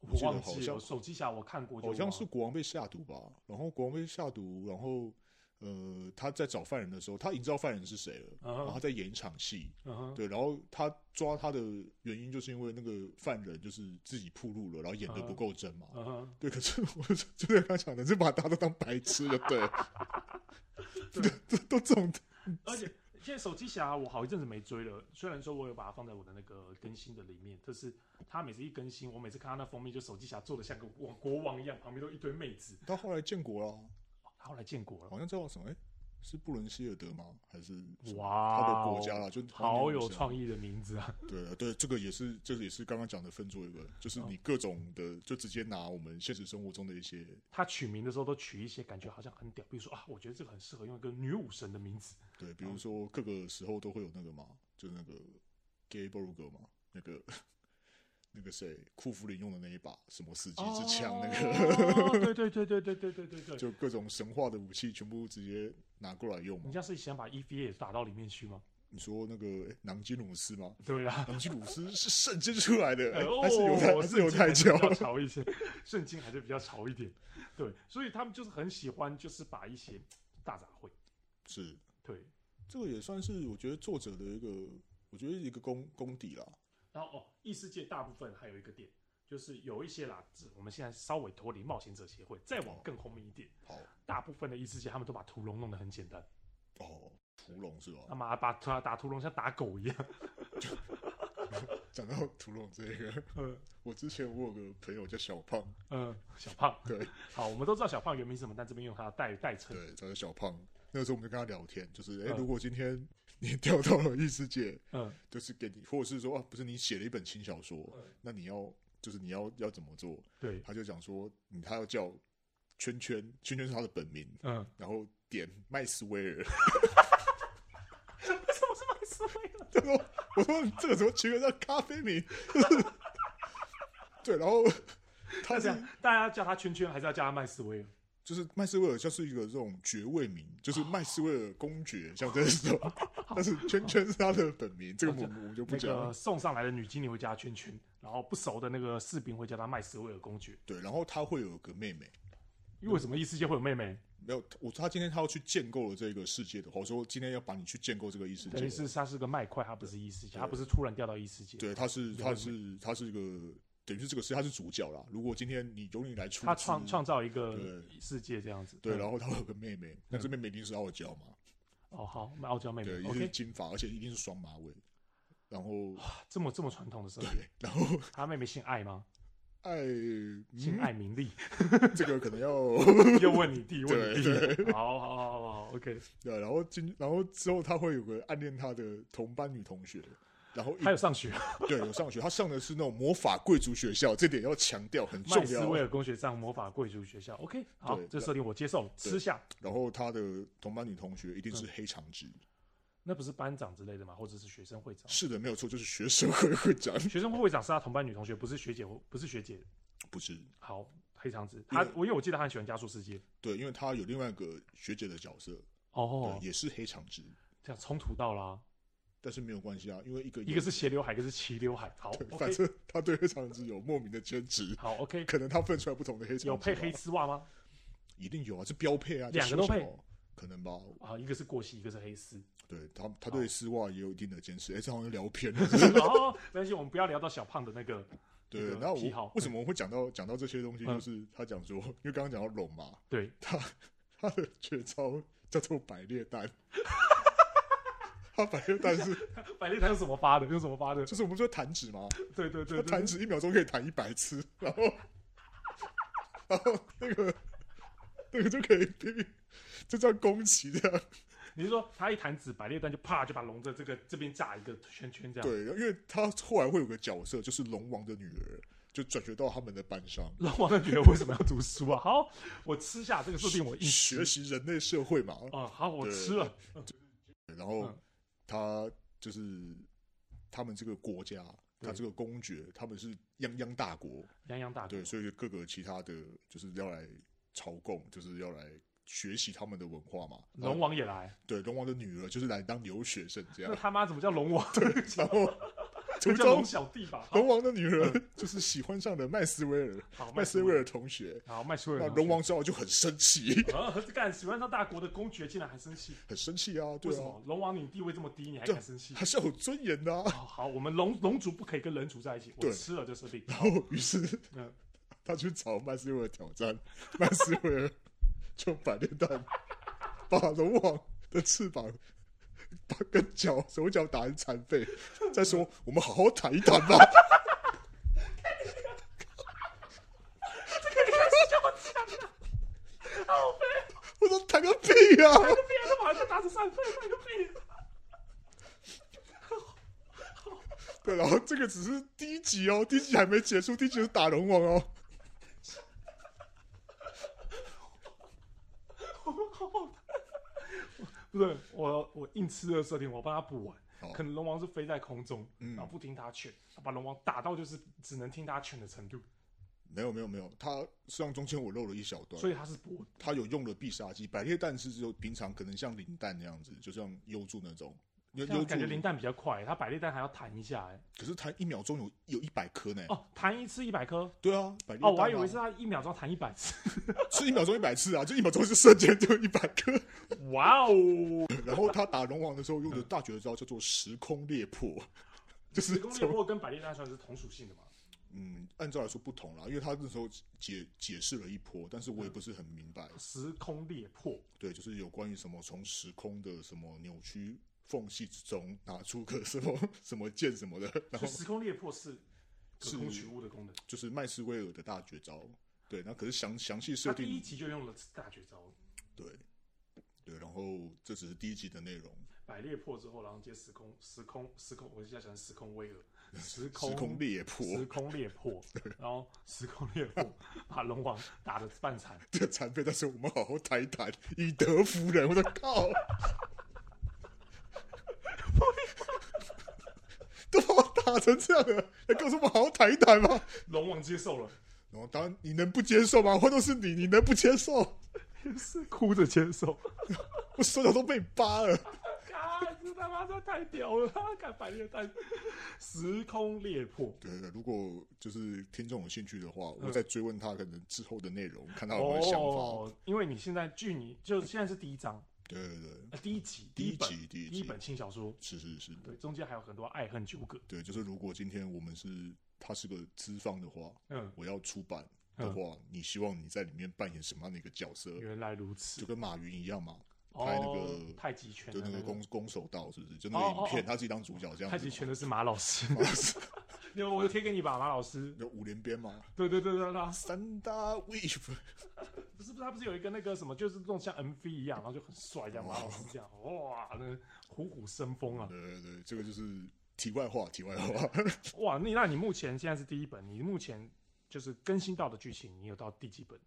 [SPEAKER 2] 我
[SPEAKER 1] 我
[SPEAKER 2] 记得
[SPEAKER 1] 忘
[SPEAKER 2] 好
[SPEAKER 1] 记
[SPEAKER 2] 像
[SPEAKER 1] 了，手机侠我看过就
[SPEAKER 2] 好
[SPEAKER 1] 忘
[SPEAKER 2] 像
[SPEAKER 1] 了，
[SPEAKER 2] 是国王被下毒吧，然后国王被下毒，然后呃他在找犯人的时候，他已经知道犯人是谁了，
[SPEAKER 1] 嗯哼
[SPEAKER 2] 然后他在演一场戏，
[SPEAKER 1] 嗯哼，
[SPEAKER 2] 对，然后他抓他的原因就是因为那个犯人就是自己铺路了，然后演的不够真嘛。
[SPEAKER 1] 嗯哼，
[SPEAKER 2] 对，可是我就就在刚想的，就把大家都当白痴了，对，
[SPEAKER 1] *laughs* 对
[SPEAKER 2] *laughs* 这都这种
[SPEAKER 1] 而且现在手机侠我好一阵子没追了，虽然说我有把它放在我的那个更新的里面，但是它每次一更新，我每次看它那封面，就手机侠做的像个王国王一样，旁边都一堆妹子。
[SPEAKER 2] 他后来建国了，
[SPEAKER 1] 他后来建国了，
[SPEAKER 2] 好像叫什么？哎，是布伦希尔德吗？还是什么
[SPEAKER 1] 哇
[SPEAKER 2] 他
[SPEAKER 1] 哦，
[SPEAKER 2] 的国家了？就
[SPEAKER 1] 好有
[SPEAKER 2] 意。
[SPEAKER 1] 创意的名字啊！
[SPEAKER 2] 对对，这个也是，这个也是刚刚讲的分作一个，
[SPEAKER 1] 嗯
[SPEAKER 2] 就是你各种的，就直接拿我们现实生活中的一些，
[SPEAKER 1] 他取名的时候都取一些感觉好像很屌，比如说啊，我觉得这个很适合用一个女武神的名字。
[SPEAKER 2] 对，比如说各个时候都会有那个嘛，就是那个 gay b o r g 嘛，那个 *laughs* 那个谁库弗林用的那一把什么死机之枪，那个、
[SPEAKER 1] 哦，对对对对对对对对对。
[SPEAKER 2] *laughs* 就各种神话的武器全部直接拿过来用
[SPEAKER 1] 人
[SPEAKER 2] 嘛。
[SPEAKER 1] 家是想把 EVA 也打到里面去吗？
[SPEAKER 2] 你说那个诶南基鲁
[SPEAKER 1] *laughs*
[SPEAKER 2] 斯吗？
[SPEAKER 1] 对啊，
[SPEAKER 2] 南基鲁斯是圣经出来的，
[SPEAKER 1] 哎
[SPEAKER 2] 呃还是犹太、
[SPEAKER 1] 哦
[SPEAKER 2] 还是犹
[SPEAKER 1] 圣
[SPEAKER 2] 太
[SPEAKER 1] 经 *laughs* 还？
[SPEAKER 2] 教
[SPEAKER 1] 是比较潮一些，圣经还是比较潮一点。对，所以他们就是很喜欢，就是把一些大杂烩。
[SPEAKER 2] 是
[SPEAKER 1] 对，
[SPEAKER 2] 这个也算是我觉得作者的一个，我觉得一个功功底啦。
[SPEAKER 1] 然后哦，异世界大部分还有一个点，就是有一些啦，这我们现在稍微脱离冒险者协会，再往更后面一点，
[SPEAKER 2] 好
[SPEAKER 1] 大部分的异世界他们都把屠龙弄得很简单，
[SPEAKER 2] 哦，屠龙是吧
[SPEAKER 1] 啊他？妈把打打屠龙像打狗一样。
[SPEAKER 2] 讲到屠龙这个，
[SPEAKER 1] 嗯
[SPEAKER 2] 我之前我有个朋友叫小胖，
[SPEAKER 1] 嗯，小胖，
[SPEAKER 2] 对，
[SPEAKER 1] 好，我们都知道小胖原名是什么，但这边用他的代代称，
[SPEAKER 2] 对，他叫小胖。那个时候我们就跟他聊天，就是哎、诶
[SPEAKER 1] 嗯
[SPEAKER 2] 如果今天你 *laughs* 掉到了异世界，
[SPEAKER 1] 嗯
[SPEAKER 2] 就是给你，或者是说啊，不是你写了一本轻小说
[SPEAKER 1] 嗯，
[SPEAKER 2] 那你要就是你要要怎么做？
[SPEAKER 1] 对，
[SPEAKER 2] 他就讲说，你他要叫圈圈，圈圈是他的本名，
[SPEAKER 1] 嗯，
[SPEAKER 2] 然后点麦斯威尔。 *laughs*
[SPEAKER 1] 为什么是麦斯威尔？
[SPEAKER 2] 他说：“我说你这个什么区别叫咖啡名？” *laughs* 就是对，然后他
[SPEAKER 1] 大
[SPEAKER 2] 是
[SPEAKER 1] 家大家叫他圈圈，还是要叫他麦斯威尔？啊
[SPEAKER 2] 就是麦斯威尔，就是一个这种爵位名，就是麦斯威尔公爵，像这种。
[SPEAKER 1] *laughs*
[SPEAKER 2] 但是圈圈是他的本名，这个我们我们就不
[SPEAKER 1] 那
[SPEAKER 2] 讲
[SPEAKER 1] 个
[SPEAKER 2] 了。
[SPEAKER 1] 送上来的女精灵会叫他圈圈，然后不熟的那个士兵会叫他麦斯威尔公爵。
[SPEAKER 2] 对，然后他会有个妹妹。
[SPEAKER 1] 因为为什么异世界会有妹妹？
[SPEAKER 2] 没有，我说他今天他要去建构了这个世界的话，我说今天要把你去建构这个异世
[SPEAKER 1] 等于
[SPEAKER 2] 界，
[SPEAKER 1] 是他是个麦块，他不是异世界，他不是突然掉到异世界，
[SPEAKER 2] 对，他是他是他是一个，等于是这个是他是主角啦。如果今天你由你来出资，
[SPEAKER 1] 他创创造一个
[SPEAKER 2] 对
[SPEAKER 1] 世界这样子。
[SPEAKER 2] 对，
[SPEAKER 1] 嗯
[SPEAKER 2] 然后他有个妹妹，那这妹妹一定是傲娇嘛，
[SPEAKER 1] 哦，好，那傲娇妹
[SPEAKER 2] 对，
[SPEAKER 1] 妹
[SPEAKER 2] 也是
[SPEAKER 1] ，OK，
[SPEAKER 2] 金发，而且一定是双马尾，
[SPEAKER 1] *laughs*
[SPEAKER 2] 然后
[SPEAKER 1] 这么这么传统的设定，
[SPEAKER 2] 对，然后
[SPEAKER 1] 他妹妹姓艾吗？
[SPEAKER 2] 爱嗯
[SPEAKER 1] 姓艾明
[SPEAKER 2] *laughs*
[SPEAKER 1] 丽，
[SPEAKER 2] 这个可能要
[SPEAKER 1] 又问你弟，问你
[SPEAKER 2] 对
[SPEAKER 1] 弟，好好好好好，OK。
[SPEAKER 2] 对，啊然后今然后之后他会有个暗恋他的同班女同学，然后一
[SPEAKER 1] 还有上
[SPEAKER 2] *laughs*
[SPEAKER 1] 学，
[SPEAKER 2] 对有上学，他上的是那种魔法贵族学校，这点要强调很重
[SPEAKER 1] 麦斯
[SPEAKER 2] 要
[SPEAKER 1] 威。尔公学上魔法贵族学校，OK，好
[SPEAKER 2] 对，
[SPEAKER 1] 这设定我接受，吃下。
[SPEAKER 2] 然后他的同班女同学一定
[SPEAKER 1] 嗯
[SPEAKER 2] 是黑长直，
[SPEAKER 1] 那不是班长之类的吗？或者是学生会长？
[SPEAKER 2] 是的，没有错，就是学生会会长，
[SPEAKER 1] 学生会会长是他同班女同学，不是学姐，不是学姐。
[SPEAKER 2] 不是
[SPEAKER 1] 好，黑长直，他
[SPEAKER 2] 对
[SPEAKER 1] 我因为我记得他很喜欢加速世界。
[SPEAKER 2] 对，因为他有另外一个学姐的角色，
[SPEAKER 1] 哦
[SPEAKER 2] 对，，也是黑长直，
[SPEAKER 1] 这样冲突到啦、
[SPEAKER 2] 但是没有关系啊，因为一个
[SPEAKER 1] 一个是斜刘海，一个是齐刘海。好
[SPEAKER 2] 对反
[SPEAKER 1] ，OK，
[SPEAKER 2] 正他对黑长直有莫名的坚持，
[SPEAKER 1] *laughs* 好，OK，
[SPEAKER 2] *laughs* 可能他分出来不同的黑长直吧
[SPEAKER 1] 有配黑丝袜
[SPEAKER 2] *laughs*
[SPEAKER 1] 吗？
[SPEAKER 2] 一定有啊，这标配啊，
[SPEAKER 1] 两个都配
[SPEAKER 2] 这说什么，可能吧？
[SPEAKER 1] 啊，一个是过膝，一个是黑
[SPEAKER 2] *laughs*
[SPEAKER 1] 丝。
[SPEAKER 2] 对他，他对丝袜也有一定的坚持。哎、这好像聊
[SPEAKER 1] *laughs*
[SPEAKER 2] 偏了。
[SPEAKER 1] 哦，没关系，我们不要聊到小胖的那个。
[SPEAKER 2] 对
[SPEAKER 1] 这个，
[SPEAKER 2] 然
[SPEAKER 1] 啊
[SPEAKER 2] 后
[SPEAKER 1] 癖好
[SPEAKER 2] 我为什么会讲到讲到这些东西？
[SPEAKER 1] 嗯
[SPEAKER 2] 就是他讲说，因为刚刚讲到龙嘛，
[SPEAKER 1] 对，
[SPEAKER 2] 他他的绝招叫做百裂蛋。
[SPEAKER 1] *laughs*
[SPEAKER 2] 他百裂蛋是
[SPEAKER 1] 百丽他用什么发的？用什么发的？
[SPEAKER 2] 就是我们说弹指嘛，
[SPEAKER 1] 对对对
[SPEAKER 2] 他弹
[SPEAKER 1] 对，
[SPEAKER 2] 指一秒钟可以弹一百次，然后 *laughs* 然后那个那个就可以就这样攻击这样。
[SPEAKER 1] 你是说他一弹指百裂弹就啪就把龙的这个这边炸一个圈圈这样？
[SPEAKER 2] 对，因为他后来会有个角色，就是龙王的女儿，就转学到他们的班上，
[SPEAKER 1] 让我觉得为什么要读书啊？好，我吃下这个设定，我硬
[SPEAKER 2] 学
[SPEAKER 1] 吃。
[SPEAKER 2] 习人类社会嘛。
[SPEAKER 1] 啊、好，我
[SPEAKER 2] 对
[SPEAKER 1] 吃了。
[SPEAKER 2] 然后
[SPEAKER 1] 嗯
[SPEAKER 2] 他就是他们这个国家，他
[SPEAKER 1] 对
[SPEAKER 2] 这个公爵，他们是泱泱大国，
[SPEAKER 1] 泱泱大哥
[SPEAKER 2] 对，，所以各个其他的就是要来朝贡，就是要来。学习他们的文化嘛，然后
[SPEAKER 1] 龙王也来。
[SPEAKER 2] 对龙王的女儿就是来当留学生这
[SPEAKER 1] 那 *laughs*
[SPEAKER 2] 样，
[SPEAKER 1] 他妈怎么叫龙王？ *laughs*
[SPEAKER 2] 然后途
[SPEAKER 1] 叫龙嗯
[SPEAKER 2] 中
[SPEAKER 1] 小弟吧。
[SPEAKER 2] 龙王的女儿 *laughs* 就是喜欢上了麦斯威尔，
[SPEAKER 1] 好，
[SPEAKER 2] 麦斯威尔同学，
[SPEAKER 1] 好，麦斯威
[SPEAKER 2] 那
[SPEAKER 1] 尔。
[SPEAKER 2] 龙王之后就很生气， *laughs*
[SPEAKER 1] 啊，干喜欢上大国的公爵竟然还生气，
[SPEAKER 2] 很生气啊，
[SPEAKER 1] 为
[SPEAKER 2] 对
[SPEAKER 1] 什
[SPEAKER 2] 啊，
[SPEAKER 1] 么？龙王你地位这么低，你还
[SPEAKER 2] 对
[SPEAKER 1] 敢生气？
[SPEAKER 2] 还是要有尊严的、啊。
[SPEAKER 1] 好好，我们龙龙族不可以跟人族在一起。我
[SPEAKER 2] 对
[SPEAKER 1] 吃了这设定，
[SPEAKER 2] 然后，于是
[SPEAKER 1] 嗯，
[SPEAKER 2] 他去找麦斯威尔挑战， *laughs* 麦斯威尔就把炼弹把龙王的翅膀把跟脚手脚打成残废， *laughs* 再说我们好好谈一谈吧。 *laughs*
[SPEAKER 1] 好悲，
[SPEAKER 2] 我说谈个屁啊！
[SPEAKER 1] 那别人马上就打成三分，那个屁！
[SPEAKER 2] 对，然后这个只是第一集哦，第一集还没结束，第一集是打龙王哦。
[SPEAKER 1] 我好好不对，我我硬吃这个设定，我帮他补完
[SPEAKER 2] 好。
[SPEAKER 1] 可能龙王是飞在空中，
[SPEAKER 2] 哦嗯
[SPEAKER 1] 然后不听他劝，他把龙王打到就是只能听他劝的程度，
[SPEAKER 2] 没有没有没有，他实际上中间我漏了一小段
[SPEAKER 1] 所，以他是博
[SPEAKER 2] 他有用了必杀技，百裂弹是只有平常可能像林弹那样子，就像幽助那种，幽
[SPEAKER 1] 这样
[SPEAKER 2] 幽
[SPEAKER 1] 感
[SPEAKER 2] 助
[SPEAKER 1] 觉林蛋比较快，他百裂蛋还要弹一下、哎，
[SPEAKER 2] 可是他一秒钟有有一百颗呢。
[SPEAKER 1] 哦，弹一次一百颗，
[SPEAKER 2] 对啊，百裂
[SPEAKER 1] 哦，
[SPEAKER 2] 弹、啊
[SPEAKER 1] 我还以为是他一秒钟弹一百
[SPEAKER 2] *laughs*
[SPEAKER 1] 次，
[SPEAKER 2] 是一秒钟一百次啊，就一秒钟是瞬间就一百颗。 *laughs*
[SPEAKER 1] 哇哦，
[SPEAKER 2] 然后他打龙王的时候用的大绝招叫做时空裂破， *laughs* 就是
[SPEAKER 1] 时空裂破跟百裂蛋算是同属性的嘛？
[SPEAKER 2] 嗯，按照来说不同啦，因为他那时候解解释了一波，但是我也不是很明白。
[SPEAKER 1] 时空裂破，
[SPEAKER 2] 对，就是有关于什么从时空的什么扭曲缝隙之中拿出个什么 *laughs* 什么剑什么的，然
[SPEAKER 1] 就
[SPEAKER 2] 后
[SPEAKER 1] 时空裂破是可
[SPEAKER 2] 是
[SPEAKER 1] 空取物的功能。
[SPEAKER 2] 就是麦斯威尔的大绝招。对，那可是详详细
[SPEAKER 1] 他
[SPEAKER 2] 设
[SPEAKER 1] 第一
[SPEAKER 2] 定，
[SPEAKER 1] 集就用了大绝招，
[SPEAKER 2] 对对，然后这只是第一集的内容，
[SPEAKER 1] 百裂破之后，然后接时空时空时空，我现在想时空威尔，时空
[SPEAKER 2] 时空裂破，
[SPEAKER 1] 时空裂破，然后时空裂
[SPEAKER 2] *laughs*
[SPEAKER 1] 破把龙王打得半残。
[SPEAKER 2] 这个残废，但是我们好好谈一谈，以德服人。我的靠！ *laughs* 都把我打成这样了，还告诉我们好好谈一谈吗？
[SPEAKER 1] 龙王接受
[SPEAKER 2] *laughs*
[SPEAKER 1] 了，
[SPEAKER 2] 然后当然你能不接受吗？换都是你，你能不接受？
[SPEAKER 1] 也是哭着接受。
[SPEAKER 2] 我手脚都被扒了，
[SPEAKER 1] 啊，这他妈这太屌了！看百裂蛋，时空裂破。
[SPEAKER 2] 对对，对如果就是听众有兴趣的话，
[SPEAKER 1] 嗯
[SPEAKER 2] 我再追问他可能之后的内容，看他有没有想法。
[SPEAKER 1] 哦，因为你现在距你就现在是第一章，
[SPEAKER 2] 对对对，
[SPEAKER 1] 呃，第一集，
[SPEAKER 2] 第
[SPEAKER 1] 一
[SPEAKER 2] 一
[SPEAKER 1] 本，
[SPEAKER 2] 集，第
[SPEAKER 1] 第
[SPEAKER 2] 一集，
[SPEAKER 1] 本轻小说，
[SPEAKER 2] 是是是，
[SPEAKER 1] 对，中间还有很多爱恨纠葛。
[SPEAKER 2] 对，就是如果今天我们是他是个资方的话，
[SPEAKER 1] 嗯，
[SPEAKER 2] 我要出版的
[SPEAKER 1] 嗯
[SPEAKER 2] 话，你希望你在里面扮演什么样的一个角色？
[SPEAKER 1] 原来如此
[SPEAKER 2] 就。跟马云一样嘛，
[SPEAKER 1] 哦，
[SPEAKER 2] 拍那个
[SPEAKER 1] 太极拳
[SPEAKER 2] 就
[SPEAKER 1] 的
[SPEAKER 2] 那个
[SPEAKER 1] 个
[SPEAKER 2] 攻攻守道是不是？就那个影
[SPEAKER 1] 哦哦
[SPEAKER 2] 片，
[SPEAKER 1] 哦
[SPEAKER 2] 他自己当主角这样子嘛。
[SPEAKER 1] 太极拳的是马老师，那我贴 *laughs* 给你吧，马老师。
[SPEAKER 2] 有五连鞭嘛，
[SPEAKER 1] 对对对对对啊，
[SPEAKER 2] 三大 wave，
[SPEAKER 1] 不是不是，他不是有一个那个什么，就是这种像 MV 一样，然后就很帅，这样
[SPEAKER 2] 哦
[SPEAKER 1] 马老师这样，哇，那个虎虎生风啊！
[SPEAKER 2] 对对对，这个就是题外话，题外话。 *laughs*
[SPEAKER 1] 哇，那那你目前现在是第一本，你目前就是更新到的剧情，你有到第几本？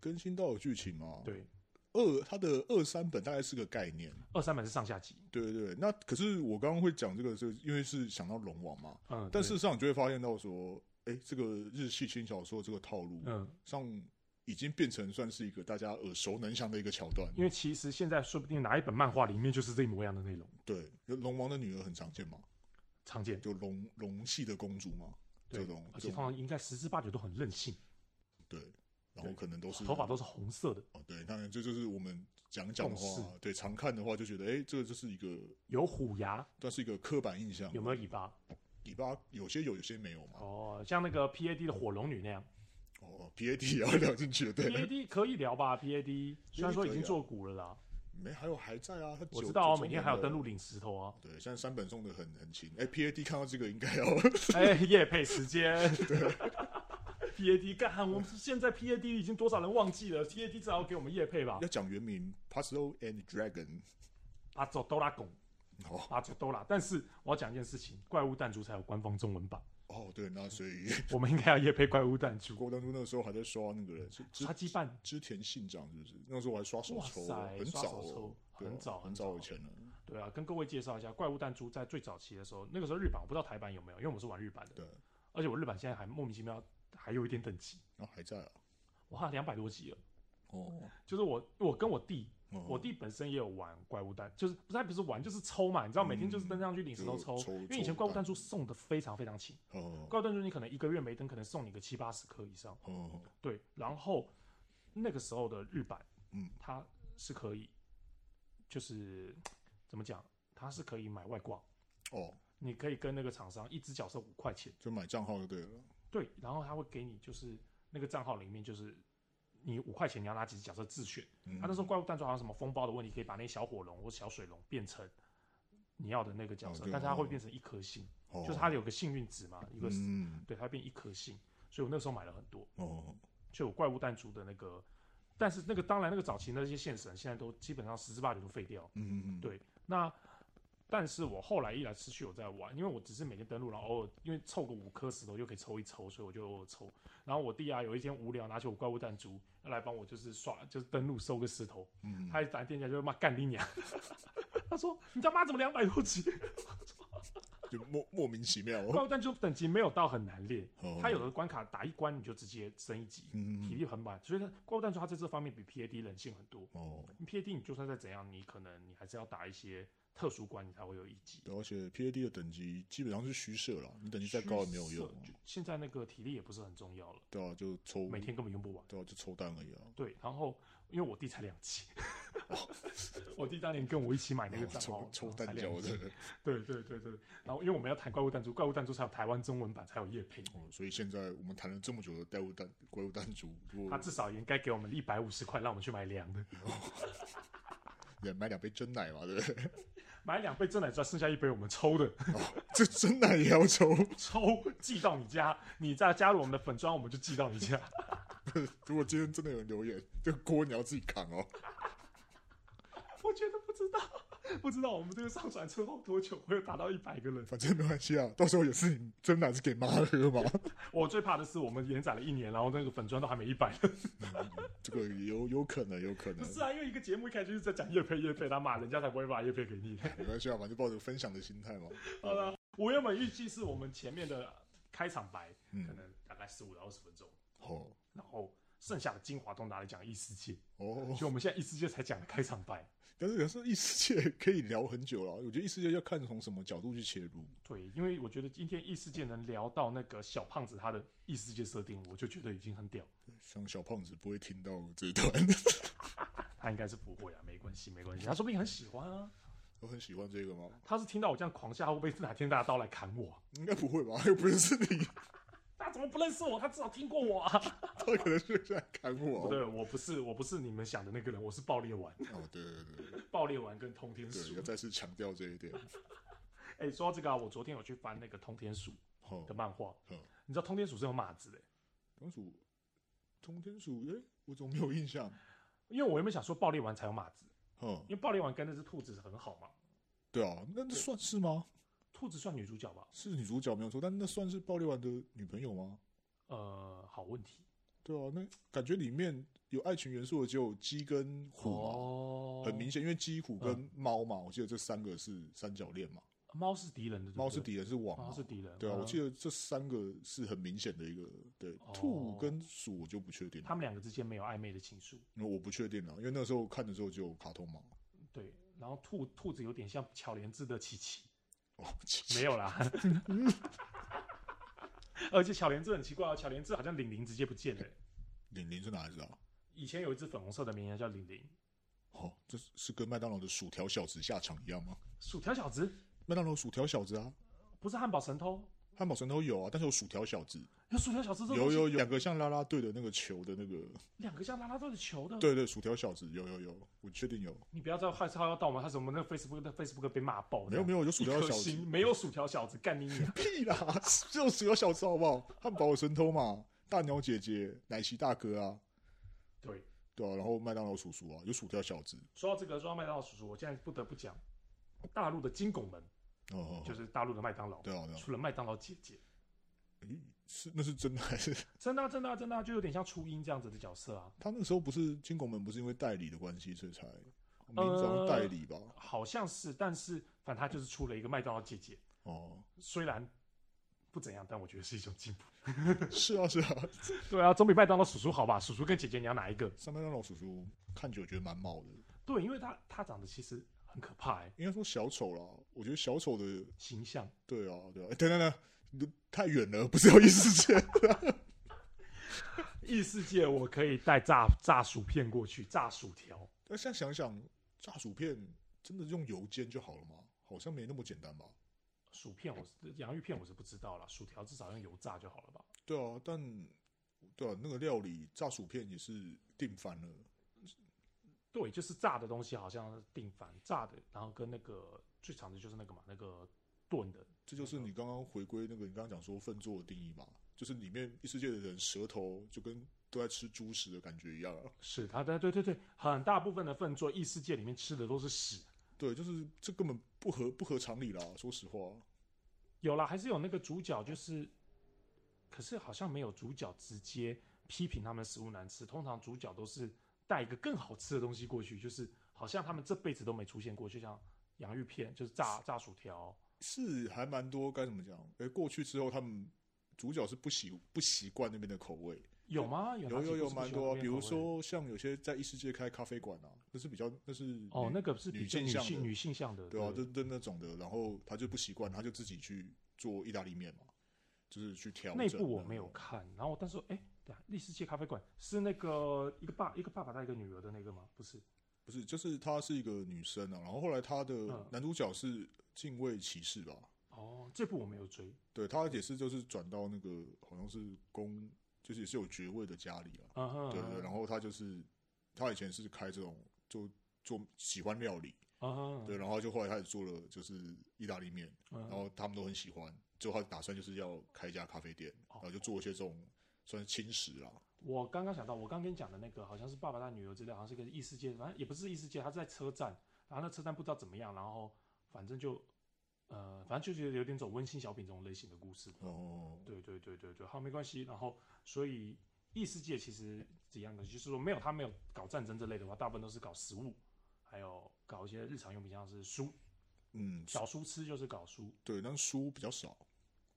[SPEAKER 2] 更新到有剧情嘛？，
[SPEAKER 1] 对，
[SPEAKER 2] 二它的二三本大概是个概念，
[SPEAKER 1] 二三本是上下集。
[SPEAKER 2] 对对对。那可是我刚刚会讲这个，是因为是想到龙王嘛，
[SPEAKER 1] 嗯，对
[SPEAKER 2] 但事实上你就会发现到说，哎，这个日系轻小说这个套路，
[SPEAKER 1] 嗯，
[SPEAKER 2] 上已经变成算是一个大家耳熟能详的一个桥段。
[SPEAKER 1] 因为其实现在说不定哪一本漫画里面就是这一模一样的内容，
[SPEAKER 2] 对，就龙王的女儿很常见嘛，
[SPEAKER 1] 常见。
[SPEAKER 2] 就龙龙系的公主嘛，
[SPEAKER 1] 对
[SPEAKER 2] 这种
[SPEAKER 1] 而
[SPEAKER 2] 这
[SPEAKER 1] 且
[SPEAKER 2] 种
[SPEAKER 1] 通常应该十之八九都很任性，
[SPEAKER 2] 对，然后可能都是
[SPEAKER 1] 头发都是红色的，
[SPEAKER 2] 哦，对，当然这就是我们讲一讲的
[SPEAKER 1] 共
[SPEAKER 2] 话，对，常看的话就觉得，哎，这个就是一个
[SPEAKER 1] 有虎牙，
[SPEAKER 2] 算是一个刻板印象，
[SPEAKER 1] 有没有尾巴？
[SPEAKER 2] 尾巴有些有，有些没有嘛。
[SPEAKER 1] 哦，像那个 PAD 的火龙女
[SPEAKER 2] *laughs*
[SPEAKER 1] 那样
[SPEAKER 2] 哦，PAD *laughs* 也要聊进去了，对，
[SPEAKER 1] ，PAD 可以聊吧？PAD 虽然说已经
[SPEAKER 2] 啊
[SPEAKER 1] 做古了啦，
[SPEAKER 2] 没还有还在啊，他
[SPEAKER 1] 我
[SPEAKER 2] 九
[SPEAKER 1] 知道
[SPEAKER 2] 九
[SPEAKER 1] 哦，
[SPEAKER 2] 周
[SPEAKER 1] 每
[SPEAKER 2] 年
[SPEAKER 1] 天还有
[SPEAKER 2] 了
[SPEAKER 1] 登录。领石头
[SPEAKER 2] *laughs*
[SPEAKER 1] 啊。
[SPEAKER 2] 对，现在三本送的很很勤，哎，PAD 看到这个应该要
[SPEAKER 1] 哎，夜配时间。PAD 干，我们现在 PAD 已经多少人忘记了？PAD 至少要给我们夜配吧
[SPEAKER 2] *laughs* 要。讲原名 Puzzle and Dragon，
[SPEAKER 1] 阿佐多拉拱，
[SPEAKER 2] 哦
[SPEAKER 1] 阿佐多拉。但是我要讲一件事情，怪物弹珠才有官方中文版，
[SPEAKER 2] 哦，对，那
[SPEAKER 1] *laughs*
[SPEAKER 2] 所以
[SPEAKER 1] 我们应该要夜配怪物弹
[SPEAKER 2] *laughs*
[SPEAKER 1] 珠。
[SPEAKER 2] 过当初那个时候还在刷那个人是织
[SPEAKER 1] 杀鸡饭，
[SPEAKER 2] 织田信长，是不是？那时候我还刷手
[SPEAKER 1] 哇
[SPEAKER 2] 抽，
[SPEAKER 1] 塞，
[SPEAKER 2] 很
[SPEAKER 1] 刷手
[SPEAKER 2] 早哦
[SPEAKER 1] 抽，，
[SPEAKER 2] 对啊
[SPEAKER 1] 很早
[SPEAKER 2] 很早以前了。
[SPEAKER 1] 对啊，跟各位介绍一下，怪物弹珠在最早期的时候，那个时候日版我不知道台版有没有，因为我是玩日版的，
[SPEAKER 2] 对，
[SPEAKER 1] 而且我日版现在还莫名其妙还有一点等级，
[SPEAKER 2] 然后还在啊。
[SPEAKER 1] 我看两百多集了。
[SPEAKER 2] 哦，
[SPEAKER 1] 就是我我跟我弟，
[SPEAKER 2] 嗯
[SPEAKER 1] 我弟本身也有玩怪物弹，就是不是他不是玩就是抽嘛，你知道每天就是登上去领石头抽，
[SPEAKER 2] 嗯就抽
[SPEAKER 1] 因为以前怪物弹珠送的非常非常勤，
[SPEAKER 2] 哦
[SPEAKER 1] 怪物弹珠你可能一个月没登，可能送你个七八十颗以上，
[SPEAKER 2] 哦，
[SPEAKER 1] 对，然后那个时候的日版，
[SPEAKER 2] 嗯，
[SPEAKER 1] 它是可以，就是怎么讲，它是可以买外挂，
[SPEAKER 2] 哦，
[SPEAKER 1] 你可以跟那个厂商一只角色五块钱，
[SPEAKER 2] 就买账号就对了。
[SPEAKER 1] 对，然后他会给你就是那个账号里面就是你五块钱你要拿几只角色自选。
[SPEAKER 2] 嗯
[SPEAKER 1] 他那时候怪物弹珠好像什么风暴的问题，可以把那小火龙或小水龙变成你要的那个角色
[SPEAKER 2] 哦，对
[SPEAKER 1] 但是它会
[SPEAKER 2] 哦
[SPEAKER 1] 变成一颗星，
[SPEAKER 2] 哦
[SPEAKER 1] 就是它有个幸运值嘛，一个
[SPEAKER 2] 嗯
[SPEAKER 1] 对它变一颗星，所以我那时候买了很多，
[SPEAKER 2] 哦，
[SPEAKER 1] 就有怪物弹珠的那个，但是那个当然那个早期那些线神现在都基本上十之八九都废掉，
[SPEAKER 2] 嗯，
[SPEAKER 1] 对那。但是我后来依然持续有在玩，因为我只是每天登录，然后偶尔因为凑个五颗石头就可以抽一抽，所以我就偶尔抽。然后我弟啊，有一天无聊拿起我怪物弹珠来帮我，就是刷，就是登录收个石头，
[SPEAKER 2] 嗯，
[SPEAKER 1] 他一打店家就骂干你娘， *laughs* 他说你他妈怎么两百多级？
[SPEAKER 2] 就莫莫名其妙。
[SPEAKER 1] 怪物弹珠等级没有到很难练，
[SPEAKER 2] 哦
[SPEAKER 1] 他有的关卡打一关你就直接升一级，体
[SPEAKER 2] 嗯
[SPEAKER 1] 力很满，所以它怪物弹珠它在这方面比 PAD 人性很多。
[SPEAKER 2] 哦，
[SPEAKER 1] PAD 你就算再怎样，你可能你还是要打一些特殊关，你才会有一级。
[SPEAKER 2] 对，而且 PAD 的等级基本上是虚设了，你等级再高也没有用
[SPEAKER 1] 虚。设就现在那个体力也不是很重要了，
[SPEAKER 2] 对啊，就抽，
[SPEAKER 1] 每天根本用不完。
[SPEAKER 2] 对啊，就抽单而已啊。
[SPEAKER 1] 对，然后因为我弟才两级，
[SPEAKER 2] 哦
[SPEAKER 1] *laughs* 我弟当年跟我一起买那个账号
[SPEAKER 2] 抽，抽
[SPEAKER 1] 才
[SPEAKER 2] 单
[SPEAKER 1] 两
[SPEAKER 2] 胶
[SPEAKER 1] 级
[SPEAKER 2] 的，
[SPEAKER 1] 对对对对，然后因为我们要谈怪物弹珠，怪物弹珠才有台湾中文版，才有叶配，
[SPEAKER 2] *laughs* 哦，所以现在我们谈了这么久的怪物弹怪物弹珠，如
[SPEAKER 1] 他
[SPEAKER 2] 果
[SPEAKER 1] 至少也应该给我们一百五十块，让我们去买凉的，
[SPEAKER 2] 也买两杯真奶嘛，对不对？
[SPEAKER 1] 买两杯真奶，只要剩下一杯我们抽的，
[SPEAKER 2] 这真奶也要抽， *laughs*
[SPEAKER 1] 抽寄到你家，你再加入我们的粉砖，我们就寄到你家。 *laughs*
[SPEAKER 2] 如果今天真的有人留言，这个锅你要自己扛哦。 *laughs*
[SPEAKER 1] 我觉得不知道，不知道我们这个上传之后多久会有达到一百个人。
[SPEAKER 2] 反正没关系啊，到时候也是你真奶是给妈喝嘛。 *laughs*
[SPEAKER 1] 我最怕的是我们延展了一年，然后那个粉砖都还没一百。
[SPEAKER 2] 嗯这个有有可能，有可
[SPEAKER 1] 不
[SPEAKER 2] 能，
[SPEAKER 1] 是啊，因为一个节目一开始就是在讲叶配叶配，他骂人家才不会把叶配给你。
[SPEAKER 2] 没关系啊，反正抱着分享的心态嘛。
[SPEAKER 1] 好了，我原本预计是我们前面的开场白，可
[SPEAKER 2] 嗯，
[SPEAKER 1] 能大概十五到二十分钟，
[SPEAKER 2] 好，
[SPEAKER 1] 然后剩下的精华都拿来讲异世界。
[SPEAKER 2] 哦，
[SPEAKER 1] 就我们现在异世界才讲的开场白，
[SPEAKER 2] 但是有时候异世界可以聊很久了，我觉得异世界要看从什么角度去切入。
[SPEAKER 1] 对，因为我觉得今天异世界能聊到那个小胖子他的异世界设定，我就觉得已经很屌。
[SPEAKER 2] 像小胖子不会听到这一段， *laughs*
[SPEAKER 1] 他应该是不会啊，没关系，没关系，他说不定很喜欢啊。
[SPEAKER 2] 我很喜欢这个吗？
[SPEAKER 1] 他是听到我这样狂吓，会不会哪天拿刀来砍我啊？
[SPEAKER 2] 应该不会吧？又不认识你，
[SPEAKER 1] 他怎么不认识我？他至少听过我啊！
[SPEAKER 2] 他可能是在砍我
[SPEAKER 1] 不 *laughs*
[SPEAKER 2] 啊。
[SPEAKER 1] 对，我不是，我不是你们想的那个人，我是爆裂 *laughs* 丸，
[SPEAKER 2] 哦，对对对对
[SPEAKER 1] 爆裂丸跟通天
[SPEAKER 2] 对，
[SPEAKER 1] 鼠
[SPEAKER 2] 要。再次强调这一点。
[SPEAKER 1] 哎、说到这个啊，我昨天有去翻那个通天鼠
[SPEAKER 2] 好
[SPEAKER 1] 的，漫画，
[SPEAKER 2] 嗯
[SPEAKER 1] 你知道通天鼠是有马子的、
[SPEAKER 2] 当属通天鼠，哎、我怎么没有印象？
[SPEAKER 1] 因为我原本想说爆裂丸才有马子，
[SPEAKER 2] 嗯
[SPEAKER 1] 因，为爆裂丸跟那只兔子很好嘛，
[SPEAKER 2] 对啊，那那算是吗？
[SPEAKER 1] 兔子算女主角吧？
[SPEAKER 2] 是女主角没有错，但那算是暴力丸的女朋友吗？
[SPEAKER 1] 呃，好问题
[SPEAKER 2] 对啊，那感觉里面有爱情元素的只有鸡跟虎嘛，
[SPEAKER 1] 哦，
[SPEAKER 2] 很明显，因为鸡、虎跟猫嘛，我记得这三个是三角恋嘛，
[SPEAKER 1] 猫是敌人的，对不
[SPEAKER 2] 猫是
[SPEAKER 1] 对
[SPEAKER 2] 敌人是王
[SPEAKER 1] 嗯猫
[SPEAKER 2] 嘛
[SPEAKER 1] 是，敌人，嗯
[SPEAKER 2] 对啊，我记
[SPEAKER 1] 得
[SPEAKER 2] 得这三个是很明显的一个对
[SPEAKER 1] 哦，
[SPEAKER 2] 兔跟鼠我就不确定了，
[SPEAKER 1] 他们两个之间没有暧昧的情愫，
[SPEAKER 2] 因为我不确定啊了，因为那时候看的时候就有卡通嘛，
[SPEAKER 1] 对。然后兔兔子有点像巧莲智的琪琪，
[SPEAKER 2] 哦，
[SPEAKER 1] 没有
[SPEAKER 2] *laughs*
[SPEAKER 1] 啦。而且巧莲智很奇怪哦，巧莲智好像玲玲直接不见了欸。
[SPEAKER 2] 玲玲是哪来着啊？
[SPEAKER 1] 以前有一只粉红色的绵羊叫玲玲，
[SPEAKER 2] 哦，这是是跟麦当劳的薯条小子下场一样吗？
[SPEAKER 1] 薯条小子
[SPEAKER 2] 麦当劳薯条小子啊，
[SPEAKER 1] 不是汉堡神偷，
[SPEAKER 2] 汉堡神偷有啊，但是有薯条小子，
[SPEAKER 1] 有薯条小子这种
[SPEAKER 2] 有
[SPEAKER 1] 东西
[SPEAKER 2] 有有两个像啦啦队的那个球的那个，
[SPEAKER 1] 两个像拉拉队的球的，
[SPEAKER 2] 对对，薯条小子有有有，我确定有，
[SPEAKER 1] 你不要再害臊要到我们，他什么那个 Facebook 那 Facebook 被骂爆，
[SPEAKER 2] 没有没
[SPEAKER 1] 有，
[SPEAKER 2] 有有薯
[SPEAKER 1] 一
[SPEAKER 2] 条
[SPEAKER 1] 颗
[SPEAKER 2] 小
[SPEAKER 1] 星
[SPEAKER 2] 子，！
[SPEAKER 1] 没有薯条小子干你娘
[SPEAKER 2] 屁啦， *laughs* 只有薯条小子好不好？汉堡神偷嘛，大鸟姐姐、奶昔大哥啊，
[SPEAKER 1] 对，
[SPEAKER 2] 对啊，然后麦当劳叔叔啊，有薯条小子，
[SPEAKER 1] 说到这个，说到麦当劳叔叔，我现在不得不讲，大陆的金拱门
[SPEAKER 2] 哦哦，
[SPEAKER 1] 就
[SPEAKER 2] 哦
[SPEAKER 1] 是大陆的麦当劳，
[SPEAKER 2] 对啊对啊，
[SPEAKER 1] 除了麦当劳姐姐，
[SPEAKER 2] 诶是那是真的还是 *laughs*
[SPEAKER 1] 真的啊、真的啊、真的啊、就有点像初音这样子的角色啊，
[SPEAKER 2] 他那个时候不是金拱门不是因为代理的关系，所以才名字
[SPEAKER 1] 呃
[SPEAKER 2] 好像代理吧？
[SPEAKER 1] 好像是，但是反正他就是出了一个麦当劳姐姐，
[SPEAKER 2] 哦，
[SPEAKER 1] 虽然不怎样，但我觉得是一种进步。 *laughs*
[SPEAKER 2] 是啊是啊，
[SPEAKER 1] 对啊，总比麦当劳叔叔好吧？叔叔跟姐姐，你要哪一个？
[SPEAKER 2] 上麦当劳叔叔看久觉得蛮冒的，
[SPEAKER 1] 对，因为他他长得其实很可怕、欸，
[SPEAKER 2] 应该说小丑啦，我觉得小丑的
[SPEAKER 1] 形象。
[SPEAKER 2] 对啊，对啊，欸等等等，你太远了，不是有异世界？
[SPEAKER 1] 异世界我可以带炸炸薯片过去，炸薯条。
[SPEAKER 2] 但现在想想，炸薯片真的用油煎就好了吗？好像没那么简单吧？
[SPEAKER 1] 薯片我是洋芋片我是不知道啦，薯条至少用油炸就好了吧？
[SPEAKER 2] 对啊，但对啊，那个料理炸薯片也是定番了。
[SPEAKER 1] 对，就是炸的东西好像是定番炸的，然后跟那个最常的就是那个嘛，那个炖的，
[SPEAKER 2] 这就是你刚刚回归那个你刚刚讲说粪作的定义嘛，就是里面异世界的人舌头就跟都在吃猪食的感觉一样啊。
[SPEAKER 1] 是它的对对对，很大部分的粪作异世界里面吃的都是屎。
[SPEAKER 2] 对，就是这根本不合不合常理啦。说实话，
[SPEAKER 1] 有啦，还是有那个主角就是，可是好像没有主角直接批评他们食物难吃，通常主角都是带一个更好吃的东西过去，就是好像他们这辈子都没出现过，就像洋芋片，就是炸炸薯条。
[SPEAKER 2] 是还蛮多该怎么讲？诶，过去之后他们主角是不习不习惯那边的口味，
[SPEAKER 1] 有吗？有
[SPEAKER 2] 有
[SPEAKER 1] 哪几
[SPEAKER 2] 有
[SPEAKER 1] 部
[SPEAKER 2] 有
[SPEAKER 1] 是
[SPEAKER 2] 蛮
[SPEAKER 1] 不喜欢
[SPEAKER 2] 多、
[SPEAKER 1] 那
[SPEAKER 2] 啊，
[SPEAKER 1] 边
[SPEAKER 2] 比如
[SPEAKER 1] 口味
[SPEAKER 2] 说像有些在异世界开咖啡馆啊，那是比较那是
[SPEAKER 1] 哦，
[SPEAKER 2] 女
[SPEAKER 1] 那个是比较
[SPEAKER 2] 女性
[SPEAKER 1] 女
[SPEAKER 2] 向
[SPEAKER 1] 性
[SPEAKER 2] 的
[SPEAKER 1] 女性向的，
[SPEAKER 2] 对啊，就就那种的，然后他就不习惯，他就自己去做意大利面嘛，就是去调
[SPEAKER 1] 内
[SPEAKER 2] 整啊
[SPEAKER 1] 部我
[SPEAKER 2] 那
[SPEAKER 1] 没有
[SPEAKER 2] 种
[SPEAKER 1] 看，然后但是哎，等一下丽世界咖啡馆是那个一个爸一个爸爸带一个女儿的那个吗？不是，
[SPEAKER 2] 不是，就是她是一个女生啊，然后后来她的
[SPEAKER 1] 嗯
[SPEAKER 2] 男主角是近卫骑士吧？
[SPEAKER 1] 哦，这部我没有追，
[SPEAKER 2] 对他也是就是转到那个好像是宫，就是也是有爵位的家里啊，
[SPEAKER 1] 嗯哼，
[SPEAKER 2] 对对对，然后他就是他以前是开这种就做喜欢料理，
[SPEAKER 1] 啊哈，
[SPEAKER 2] 对，然后就后来开始做了就是意大利面，
[SPEAKER 1] 嗯
[SPEAKER 2] 然后他们都很喜欢，最后他打算就是要开一家咖啡店，
[SPEAKER 1] 哦
[SPEAKER 2] 然后就做一些这种算是轻食啦，
[SPEAKER 1] 我刚刚想到，我刚跟你讲的那个好像是《爸爸带女儿》之类，好像是个异世界，反正也不是异世界，他在车站，然后那车站不知道怎么样，然后反正就呃，反正就觉得有点走温馨小品这种类型的故事。
[SPEAKER 2] 哦，
[SPEAKER 1] 对对对对对，好，没关系。然后所以异世界其实是一样的，就是说没有他没有搞战争之类的话，大部分都是搞食物，还有搞一些日常用品，像是书，
[SPEAKER 2] 嗯，
[SPEAKER 1] 小书吃就是搞书，
[SPEAKER 2] 对，但书比较少，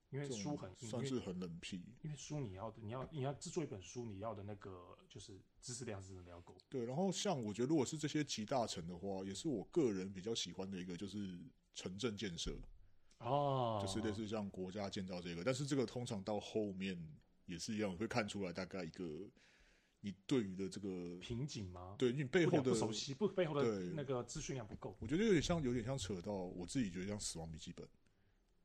[SPEAKER 1] 因为
[SPEAKER 2] 这
[SPEAKER 1] 书
[SPEAKER 2] 种
[SPEAKER 1] 很硬因
[SPEAKER 2] 算
[SPEAKER 1] 为
[SPEAKER 2] 是很冷僻，
[SPEAKER 1] 因为书你要的，你要你要制作一本书，你要的那个就是知识量是真的要够。
[SPEAKER 2] 对，然后像我觉得如果是这些集大成的话，也是我个人比较喜欢的一个就是城镇建设，
[SPEAKER 1] 哦，
[SPEAKER 2] 就是类似像国家建造这个，但是这个通常到后面也是一样，会看出来大概一个你对于的这个。
[SPEAKER 1] 瓶颈吗？
[SPEAKER 2] 对你背
[SPEAKER 1] 不
[SPEAKER 2] 后
[SPEAKER 1] 了
[SPEAKER 2] 的
[SPEAKER 1] 不熟悉，不背后的
[SPEAKER 2] 对
[SPEAKER 1] 那个资讯量不够。
[SPEAKER 2] 我觉得有点像，有点像扯到我自己觉得像《死亡笔记本》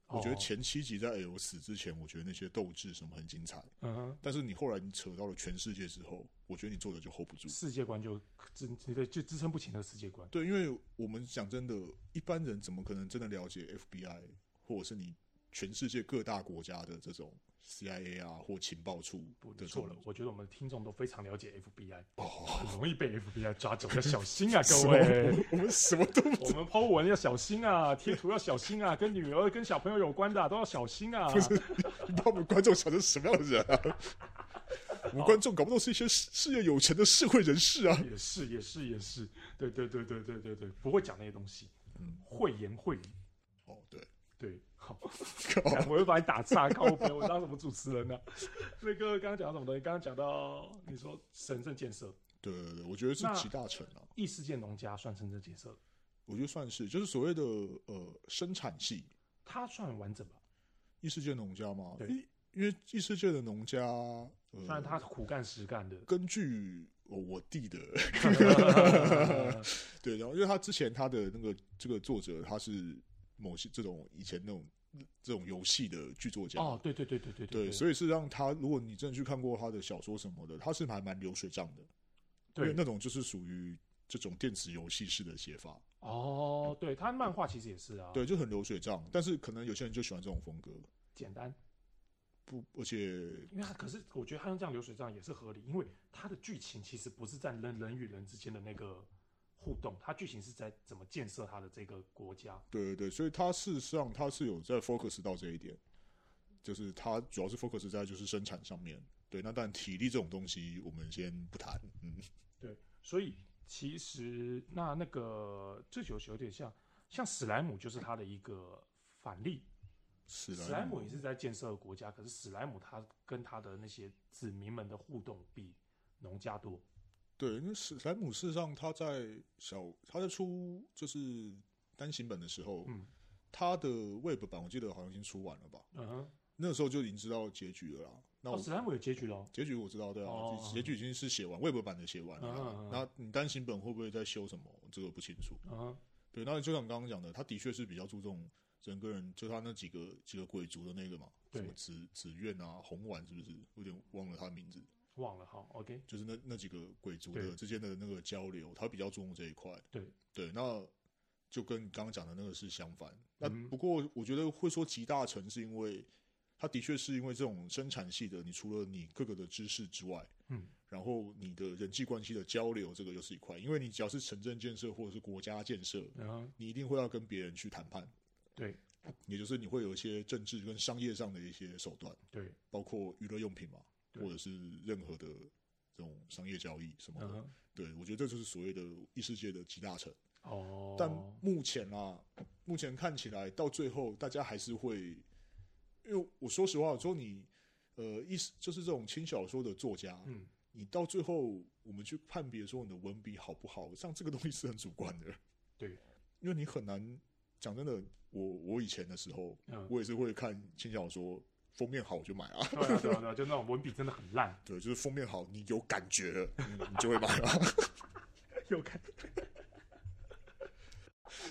[SPEAKER 2] 我觉
[SPEAKER 1] 哦，
[SPEAKER 2] 得前七集在 L 死之前，我觉得那些斗志什么很精彩，
[SPEAKER 1] 嗯哼，
[SPEAKER 2] 但是你后来你扯到了全世界之后，我觉得你作者就 hold 不住。
[SPEAKER 1] 世界观就支对就支撑不起那个世界观。
[SPEAKER 2] 对，因为我们讲真的，一般人怎么可能真的了解 FBI 或者是你全世界各大国家的这种 CIA 啊或情报处
[SPEAKER 1] 不，你
[SPEAKER 2] 的
[SPEAKER 1] 错了，
[SPEAKER 2] 这种
[SPEAKER 1] 我觉得我们的听众都非常了解 FBI，
[SPEAKER 2] 哦，
[SPEAKER 1] 很容易被 FBI 抓走，要小心啊，
[SPEAKER 2] 什
[SPEAKER 1] 各 *laughs*
[SPEAKER 2] 么
[SPEAKER 1] 位。
[SPEAKER 2] 我们什么都
[SPEAKER 1] 我们 Po 文要小心啊，贴图要小心 *laughs* 啊，跟女儿、跟小朋友有关的啊、都要小心 *laughs* 啊。
[SPEAKER 2] 你把我们观众想成什么样的人啊？我
[SPEAKER 1] 哦
[SPEAKER 2] 们观众搞不懂是一些事事业有成的社会人士啊。
[SPEAKER 1] 也是，也是，也是，对对对对对对对，不会讲那些东西，
[SPEAKER 2] 嗯
[SPEAKER 1] 会言会语。
[SPEAKER 2] 哦，对，
[SPEAKER 1] 对， *laughs* 好，
[SPEAKER 2] 靠
[SPEAKER 1] 我又把你打岔，靠背，我当什么主持人呢、啊 *laughs* 那个刚刚讲到什么东西？刚刚讲到你说城镇建设，
[SPEAKER 2] 对对对，我觉得是
[SPEAKER 1] 那
[SPEAKER 2] 集大成啊，
[SPEAKER 1] 异世界农家算城镇建设，
[SPEAKER 2] 我觉得算是就是所谓的呃生产系
[SPEAKER 1] 它算完整吧？
[SPEAKER 2] 异世界农家嘛，
[SPEAKER 1] 对
[SPEAKER 2] 因因为异世界的农家，呃，
[SPEAKER 1] 虽然它苦干实 *laughs* 干的
[SPEAKER 2] 根据我我弟的 *laughs* 对，然后因为他之前他的那个这个作者他是某些这种以前那种这种游戏的剧作家，
[SPEAKER 1] 哦，对对对对对
[SPEAKER 2] 对，
[SPEAKER 1] 以
[SPEAKER 2] 所以是让他如果你真的去看过他的小说什么的，他是还蛮流水账的，因为
[SPEAKER 1] 对
[SPEAKER 2] 那种就是属于这种电子游戏式的写法，
[SPEAKER 1] 哦，对，它漫画其实也是啊，
[SPEAKER 2] 对，，就很流水账，但是可能有些人就喜欢这种风格。
[SPEAKER 1] 简单，
[SPEAKER 2] 不，而且
[SPEAKER 1] 因为它可是我觉得它用这样流水账也是合理，因为它的剧情其实不是在人人与人之间的那个互动，它剧情是在怎么建设它的这个国家，
[SPEAKER 2] 对对对，所以他事实上他是有在 focus 到这一点，就是他主要是 focus 在就是生产上面。对，那但体力这种东西我们先不谈，嗯，
[SPEAKER 1] 对，所以其实那那个这就有点像，像史莱姆就是它的一个反例。
[SPEAKER 2] 史
[SPEAKER 1] 史莱姆也是在建设国家，可是史莱姆他跟他的那些子民们的互动比农家多。
[SPEAKER 2] 对，因为史莱姆事实上他在小他在出就是单行本的时候，
[SPEAKER 1] 嗯
[SPEAKER 2] 他的 Web 版我记得好像已经出完了吧，
[SPEAKER 1] 嗯哼，
[SPEAKER 2] 那时候就已经知道结局了啦。那我、
[SPEAKER 1] 哦，史莱姆有结局喽。
[SPEAKER 2] 结局我知道，对啊，
[SPEAKER 1] 哦
[SPEAKER 2] 结局已经是写完 Web 版的写完了啦。
[SPEAKER 1] 嗯嗯嗯
[SPEAKER 2] 那你单行本会不会再修什么？这个不清楚。
[SPEAKER 1] 嗯哼，
[SPEAKER 2] 对，那就像你刚刚讲的，他的确是比较注重整个人，就他那几个几个鬼族的那个嘛，什
[SPEAKER 1] 对
[SPEAKER 2] 么紫紫苑啊、红丸是不是？有点忘了他的名字，
[SPEAKER 1] 忘了好，OK，
[SPEAKER 2] 就是那那几个鬼族的
[SPEAKER 1] 对
[SPEAKER 2] 之间的那个交流，他比较注重这一块。
[SPEAKER 1] 对
[SPEAKER 2] 对，那就跟你刚刚讲的那个是相反。那
[SPEAKER 1] 嗯
[SPEAKER 2] 不过我觉得会说集大成，是因为他的确是因为这种生产系的，你除了你各个的知识之外，
[SPEAKER 1] 嗯，
[SPEAKER 2] 然后你的人际关系的交流，这个又是一块，因为你只要是城镇建设或者是国家建设，
[SPEAKER 1] 然后
[SPEAKER 2] 你一定会要跟别人去谈判，
[SPEAKER 1] 对
[SPEAKER 2] 也就是你会有一些政治跟商业上的一些手段，
[SPEAKER 1] 对，
[SPEAKER 2] 包括娱乐用品嘛，
[SPEAKER 1] 对
[SPEAKER 2] 或者是任何的这种商业交易什么
[SPEAKER 1] 嗯
[SPEAKER 2] 的。
[SPEAKER 1] 哼，
[SPEAKER 2] 对，我觉得这就是所谓的异世界的集大成。
[SPEAKER 1] 哦，
[SPEAKER 2] 但目前啊，目前看起来到最后，大家还是会，因为我说实话，有时候你呃，意思就是这种轻小说的作家，
[SPEAKER 1] 嗯，
[SPEAKER 2] 你到最后我们去判别说你的文笔好不好，像这个东西是很主观的，
[SPEAKER 1] 对，
[SPEAKER 2] 因为你很难讲真的，我我以前的时候，
[SPEAKER 1] 嗯，
[SPEAKER 2] 我也是会看轻小说，封面好我就买啊，
[SPEAKER 1] 对啊对啊对啊，就那种文笔真的很
[SPEAKER 2] *laughs*
[SPEAKER 1] 烂，
[SPEAKER 2] 对，就是封面好，你有感觉了，你你就会买啊。 *laughs*
[SPEAKER 1] 又看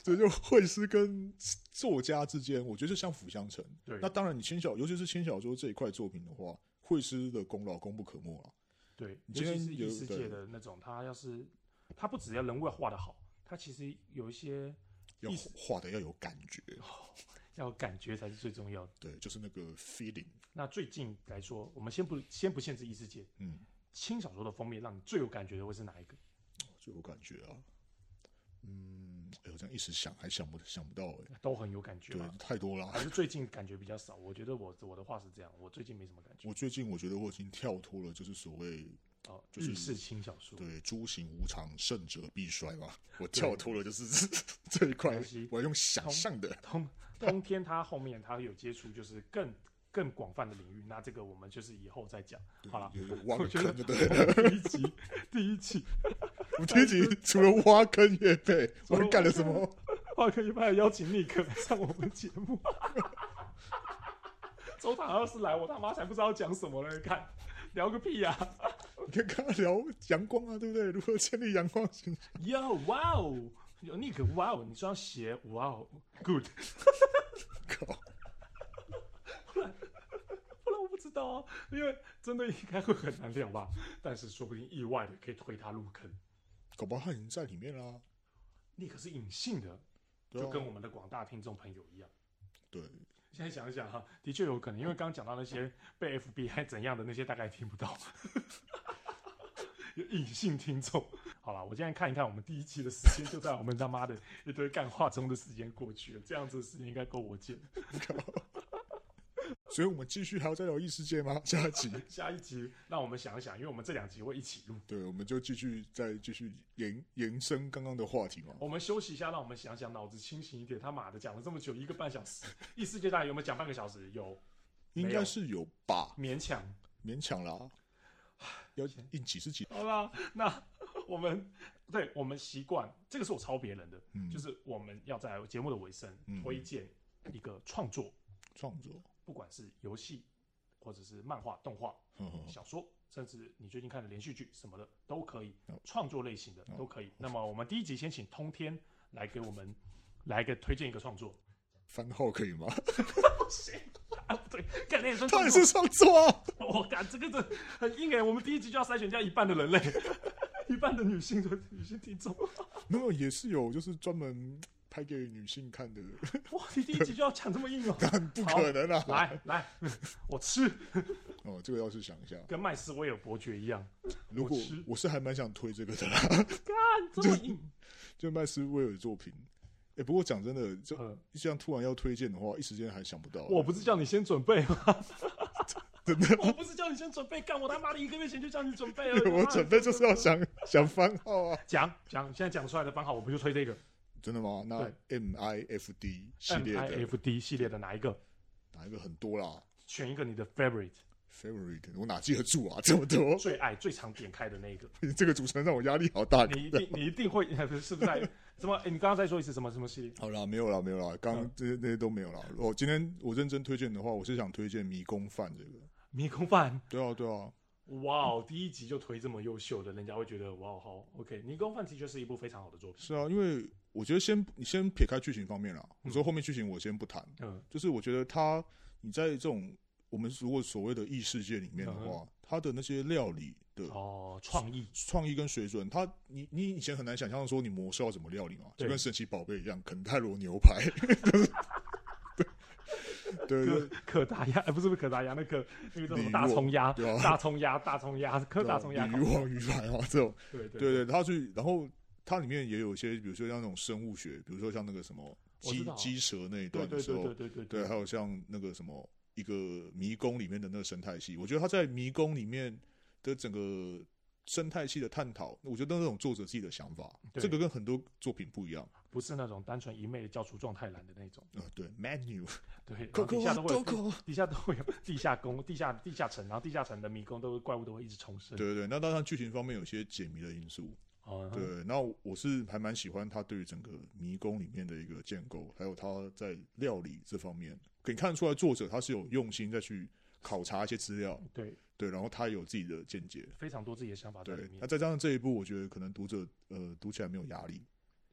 [SPEAKER 2] 这就会师跟作家之间，我觉得就相辅相成。
[SPEAKER 1] 对
[SPEAKER 2] 那当然，你轻小，尤其是轻小说这一块作品的话，会师的功劳功不可没啊。
[SPEAKER 1] 对，
[SPEAKER 2] 你
[SPEAKER 1] 尤其
[SPEAKER 2] 今天
[SPEAKER 1] 是异
[SPEAKER 2] 有
[SPEAKER 1] 世
[SPEAKER 2] 对
[SPEAKER 1] 界的那种，他要是他不只要人物要画的好，它其实有一些
[SPEAKER 2] 要
[SPEAKER 1] 意思
[SPEAKER 2] 画的要有感觉，
[SPEAKER 1] 要感觉才是最重要的。
[SPEAKER 2] 对，就是那个 feeling，
[SPEAKER 1] 那最近来说，我们先不先不限制异世界，
[SPEAKER 2] 嗯，
[SPEAKER 1] 轻小说的封面让你最有感觉的会是哪一个？
[SPEAKER 2] 最有感觉啊。嗯，哎呦，这样一时想还想不想不到哎、
[SPEAKER 1] 都很有感觉
[SPEAKER 2] 对
[SPEAKER 1] 吧？，
[SPEAKER 2] 太多了
[SPEAKER 1] 还。是最近感觉比较少？我觉得我我的话是这样，我最近没什么感觉。
[SPEAKER 2] 我最近我觉得我已经跳脱了，就是所谓
[SPEAKER 1] 哦，
[SPEAKER 2] 就是
[SPEAKER 1] 日式轻小说，
[SPEAKER 2] 嗯对诸行无常，胜者必衰嘛。我跳脱了，就是 *laughs* 这一块
[SPEAKER 1] 没关系，
[SPEAKER 2] 我要用想象的。
[SPEAKER 1] 通通天它后面它有接触就是更更广泛的领域，那这个我们就是以后再讲。好了，
[SPEAKER 2] 有有挖
[SPEAKER 1] 我
[SPEAKER 2] 个
[SPEAKER 1] 觉
[SPEAKER 2] 坑
[SPEAKER 1] 得
[SPEAKER 2] 就
[SPEAKER 1] 我
[SPEAKER 2] 对了。
[SPEAKER 1] 们第一集第一集
[SPEAKER 2] 我们第一集除了挖坑乐配，我
[SPEAKER 1] 了
[SPEAKER 2] 们干了什么？
[SPEAKER 1] 话可以派邀请尼克来上我们节目。 *laughs* 周塔要是来，我他妈才不知道讲什么了，看聊个屁呀、啊
[SPEAKER 2] 你可以跟他聊阳光啊，对不对？如何建立阳光形象？
[SPEAKER 1] 哟，哇哦，有 Nick，哇哦，你这双鞋，哇哦，good，
[SPEAKER 2] *laughs* 靠，
[SPEAKER 1] 不然我不知道啊，因为真的应该会很难聊吧，但是说不定意外的可以推他入坑。
[SPEAKER 2] 搞不好他已经在里面啦。
[SPEAKER 1] Nick 是隐性的，
[SPEAKER 2] 对
[SPEAKER 1] 就
[SPEAKER 2] 啊，
[SPEAKER 1] 跟我们的广大听众朋友一样。
[SPEAKER 2] 对，
[SPEAKER 1] 现在想一想哈、的确有可能，因为刚刚讲到那些被 FBI *laughs* 怎样的那些，大概听不到。 *laughs* 有隐性听众，好了，我现在看一看，我们第一期的时间就在我们他妈的一堆干话中的时间过去了，这样子的时间应该够我剪。
[SPEAKER 2] 所以我们继续还要再聊异世界吗？下一集，
[SPEAKER 1] 下一集让我们想一想，因为我们这两集会一起录，
[SPEAKER 2] 对，我们就继续再继续延延伸刚刚的话题嘛。
[SPEAKER 1] 我们休息一下，让我们想想，脑子清醒一点。他妈的，讲了这么久，一个半小时，异世界大有没有讲半个小时？有，
[SPEAKER 2] 应
[SPEAKER 1] 没
[SPEAKER 2] 该
[SPEAKER 1] 有
[SPEAKER 2] 是有吧，
[SPEAKER 1] 勉强。
[SPEAKER 2] 勉强啦。要印几十集，
[SPEAKER 1] 好啦，那我们对我们习惯，这个是我抄别人的，
[SPEAKER 2] 嗯，
[SPEAKER 1] 就是我们要在节目的尾声
[SPEAKER 2] 嗯
[SPEAKER 1] 推荐一个创作，
[SPEAKER 2] 创作。
[SPEAKER 1] 不管是游戏或者是漫画、动画、
[SPEAKER 2] 呵呵呵
[SPEAKER 1] 小说，甚至你最近看的连续剧什么的都可以
[SPEAKER 2] 哦，
[SPEAKER 1] 创作类型的都可以。那么我们第一集先请通天来给我们来个推荐一个创作。 *laughs*
[SPEAKER 2] 番号可以吗？
[SPEAKER 1] 啊，对，干那也算
[SPEAKER 2] 他
[SPEAKER 1] 创
[SPEAKER 2] 也
[SPEAKER 1] 作。
[SPEAKER 2] 是创作啊，
[SPEAKER 1] 我干这个这很硬哎、我们第一集就要筛选掉一半的人类， *laughs* 一半的女性的女性听众。
[SPEAKER 2] 没有也是有，就是专门拍给女性看
[SPEAKER 1] *laughs*
[SPEAKER 2] 的，
[SPEAKER 1] 哇，你第一集就要讲这么硬哦、
[SPEAKER 2] 不可能啊！
[SPEAKER 1] 来来， *laughs* 我吃，
[SPEAKER 2] 哦，这个要是想一下，
[SPEAKER 1] 跟麦斯威尔伯爵一样，
[SPEAKER 2] 如果
[SPEAKER 1] 我吃
[SPEAKER 2] 我是还蛮想推这个的啦， *laughs*
[SPEAKER 1] 干这么硬。
[SPEAKER 2] 就麦斯威尔的作品。哎、不过讲真的，就
[SPEAKER 1] 呃，
[SPEAKER 2] 这样突然要推荐的话，一时间还想不到。啊
[SPEAKER 1] 我不是叫你先准备吗？
[SPEAKER 2] 真的，
[SPEAKER 1] *laughs* 我不是叫你先准备，干我他妈的一个月前就叫你准备了。
[SPEAKER 2] 我准备就是要想想番号啊。
[SPEAKER 1] *laughs* 讲讲，现在讲出来的番号，我不就推这个
[SPEAKER 2] 真的吗？那 M I F D *laughs* 系列的
[SPEAKER 1] MIFD 系列的哪一个？
[SPEAKER 2] 哪一个很多啦
[SPEAKER 1] 选一个你的 favorite
[SPEAKER 2] ？Favorite，我哪记得住啊？ *laughs* 这么多，
[SPEAKER 1] 最爱最常点开的那一个。
[SPEAKER 2] 这个主持人让我压力好大。
[SPEAKER 1] 你一定你一定会 *laughs* 是不是在什么？诶哎你刚刚再说一次什么什么系列？
[SPEAKER 2] 好啦，没有啦，没有啦，刚刚这些这些都没有啦。我今天我认真推荐的话，我是想推荐《迷宫饭》这个。
[SPEAKER 1] 迷宫饭，
[SPEAKER 2] 对啊，对啊，
[SPEAKER 1] 哇哦！第一集就推这么优秀的，人家会觉得哇哦好 OK。迷宫饭的确是一部非常好的作品。
[SPEAKER 2] 是啊，因为我觉得先你先撇开剧情方面啦，我说后面剧情我先不谈，
[SPEAKER 1] 嗯，
[SPEAKER 2] 就是我觉得它你在这种我们如果所谓的异世界里面的
[SPEAKER 1] 嗯
[SPEAKER 2] 话，它的那些料理的
[SPEAKER 1] 哦，创意
[SPEAKER 2] 创意跟水准，它你你以前很难想象说你魔兽要怎么料理嘛，
[SPEAKER 1] 对
[SPEAKER 2] 就跟神奇宝贝一样，肯泰罗牛
[SPEAKER 1] *laughs*
[SPEAKER 2] 排， *laughs* 对对
[SPEAKER 1] 可
[SPEAKER 2] 对
[SPEAKER 1] 可达鸭，哎，不是不是可达鸭，那个那个叫什么
[SPEAKER 2] 鲤鱼
[SPEAKER 1] 大葱鸭，
[SPEAKER 2] 对啊
[SPEAKER 1] 大葱鸭，大葱鸭，可
[SPEAKER 2] 对啊
[SPEAKER 1] 大葱鸭
[SPEAKER 2] 鲤
[SPEAKER 1] 烤
[SPEAKER 2] 鱼，王鱼排啊这种，
[SPEAKER 1] 对对
[SPEAKER 2] 对对，它去然后它里面也有一些，比如说像那种生物学，比如说像那个什么
[SPEAKER 1] 我知
[SPEAKER 2] 鸡
[SPEAKER 1] 道
[SPEAKER 2] 鸡舌那一
[SPEAKER 1] 对
[SPEAKER 2] 段的
[SPEAKER 1] 对
[SPEAKER 2] 时候
[SPEAKER 1] 对，对对
[SPEAKER 2] 对，还有像那个什么一个迷宫里面的那个生态系，我觉得他在迷宫里面的整个生态系的探讨，我觉得那种作者自己的想法，
[SPEAKER 1] 对
[SPEAKER 2] 这个跟很多作品不一样。
[SPEAKER 1] 不是那种单纯一昧的叫出状态栏的那种，
[SPEAKER 2] 啊、对，menu
[SPEAKER 1] *laughs* 对，然后底下都会有
[SPEAKER 2] Coco，
[SPEAKER 1] 地下都会有地下宫、地下地下城，然后地下城的迷宫都会怪物都会一直重生
[SPEAKER 2] 对。对对，那当然剧情方面有些解谜的因素，
[SPEAKER 1] 哦，嗯
[SPEAKER 2] 对，那我是还蛮喜欢他对于整个迷宫里面的一个建构，还有他在料理这方面，可以看出来作者他是有用心再去考察一些资料，
[SPEAKER 1] 对，
[SPEAKER 2] 对，然后他有自己的见解，
[SPEAKER 1] 非常多自己的想法在里
[SPEAKER 2] 对，啊
[SPEAKER 1] 面
[SPEAKER 2] 那。再加上这一部，我觉得可能读者呃读起来没有压力。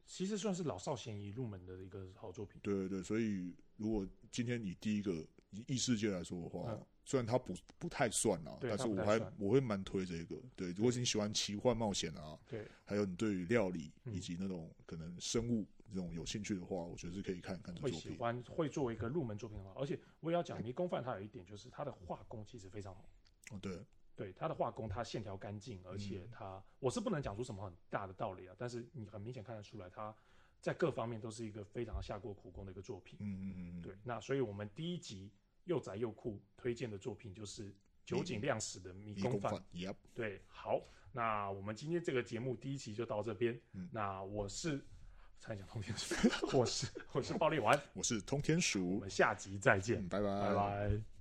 [SPEAKER 1] 其实算是老少咸宜入门的一个好作品。
[SPEAKER 2] 对对对，所以如果今天以第一个以异世界来说的话，
[SPEAKER 1] 嗯
[SPEAKER 2] 虽然它不不太算啊，
[SPEAKER 1] 对
[SPEAKER 2] 但
[SPEAKER 1] 它
[SPEAKER 2] 是
[SPEAKER 1] 不
[SPEAKER 2] 我
[SPEAKER 1] 太
[SPEAKER 2] 还
[SPEAKER 1] 算
[SPEAKER 2] 我会蛮推这个。对，如果是你喜欢奇幻冒险啊，
[SPEAKER 1] 对，
[SPEAKER 2] 还有你对于料理
[SPEAKER 1] 嗯
[SPEAKER 2] 以及那种可能生物这种有兴趣的话，我觉得是可以看一看这
[SPEAKER 1] 会
[SPEAKER 2] 作
[SPEAKER 1] 喜
[SPEAKER 2] 品。
[SPEAKER 1] 欢，会作为一个入门作品很好。而且我也要讲《迷宫饭》，它有一点就是它的画工其实非常好。
[SPEAKER 2] 哦，对，
[SPEAKER 1] 对它的画工，它线条干净，而
[SPEAKER 2] 嗯
[SPEAKER 1] 且它、我是不能讲出什么很大的道理啊，但是你很明显看得出来，它在各方面都是一个非常下过苦功的一个作品。
[SPEAKER 2] 嗯嗯嗯嗯，
[SPEAKER 1] 对，那所以我们第一集又宅又酷推荐的作品就是酒井亮史的《迷
[SPEAKER 2] 迷
[SPEAKER 1] 宫
[SPEAKER 2] 宫
[SPEAKER 1] 饭》。
[SPEAKER 2] 饭，Yep，
[SPEAKER 1] 对，好，那我们今天这个节目第一期就到这边。
[SPEAKER 2] 嗯
[SPEAKER 1] 那我是参想通天 *laughs* 使，我是我是暴力丸，
[SPEAKER 2] 我是通天
[SPEAKER 1] 我
[SPEAKER 2] 鼠，
[SPEAKER 1] 们下集再见，
[SPEAKER 2] 嗯，拜
[SPEAKER 1] 拜拜。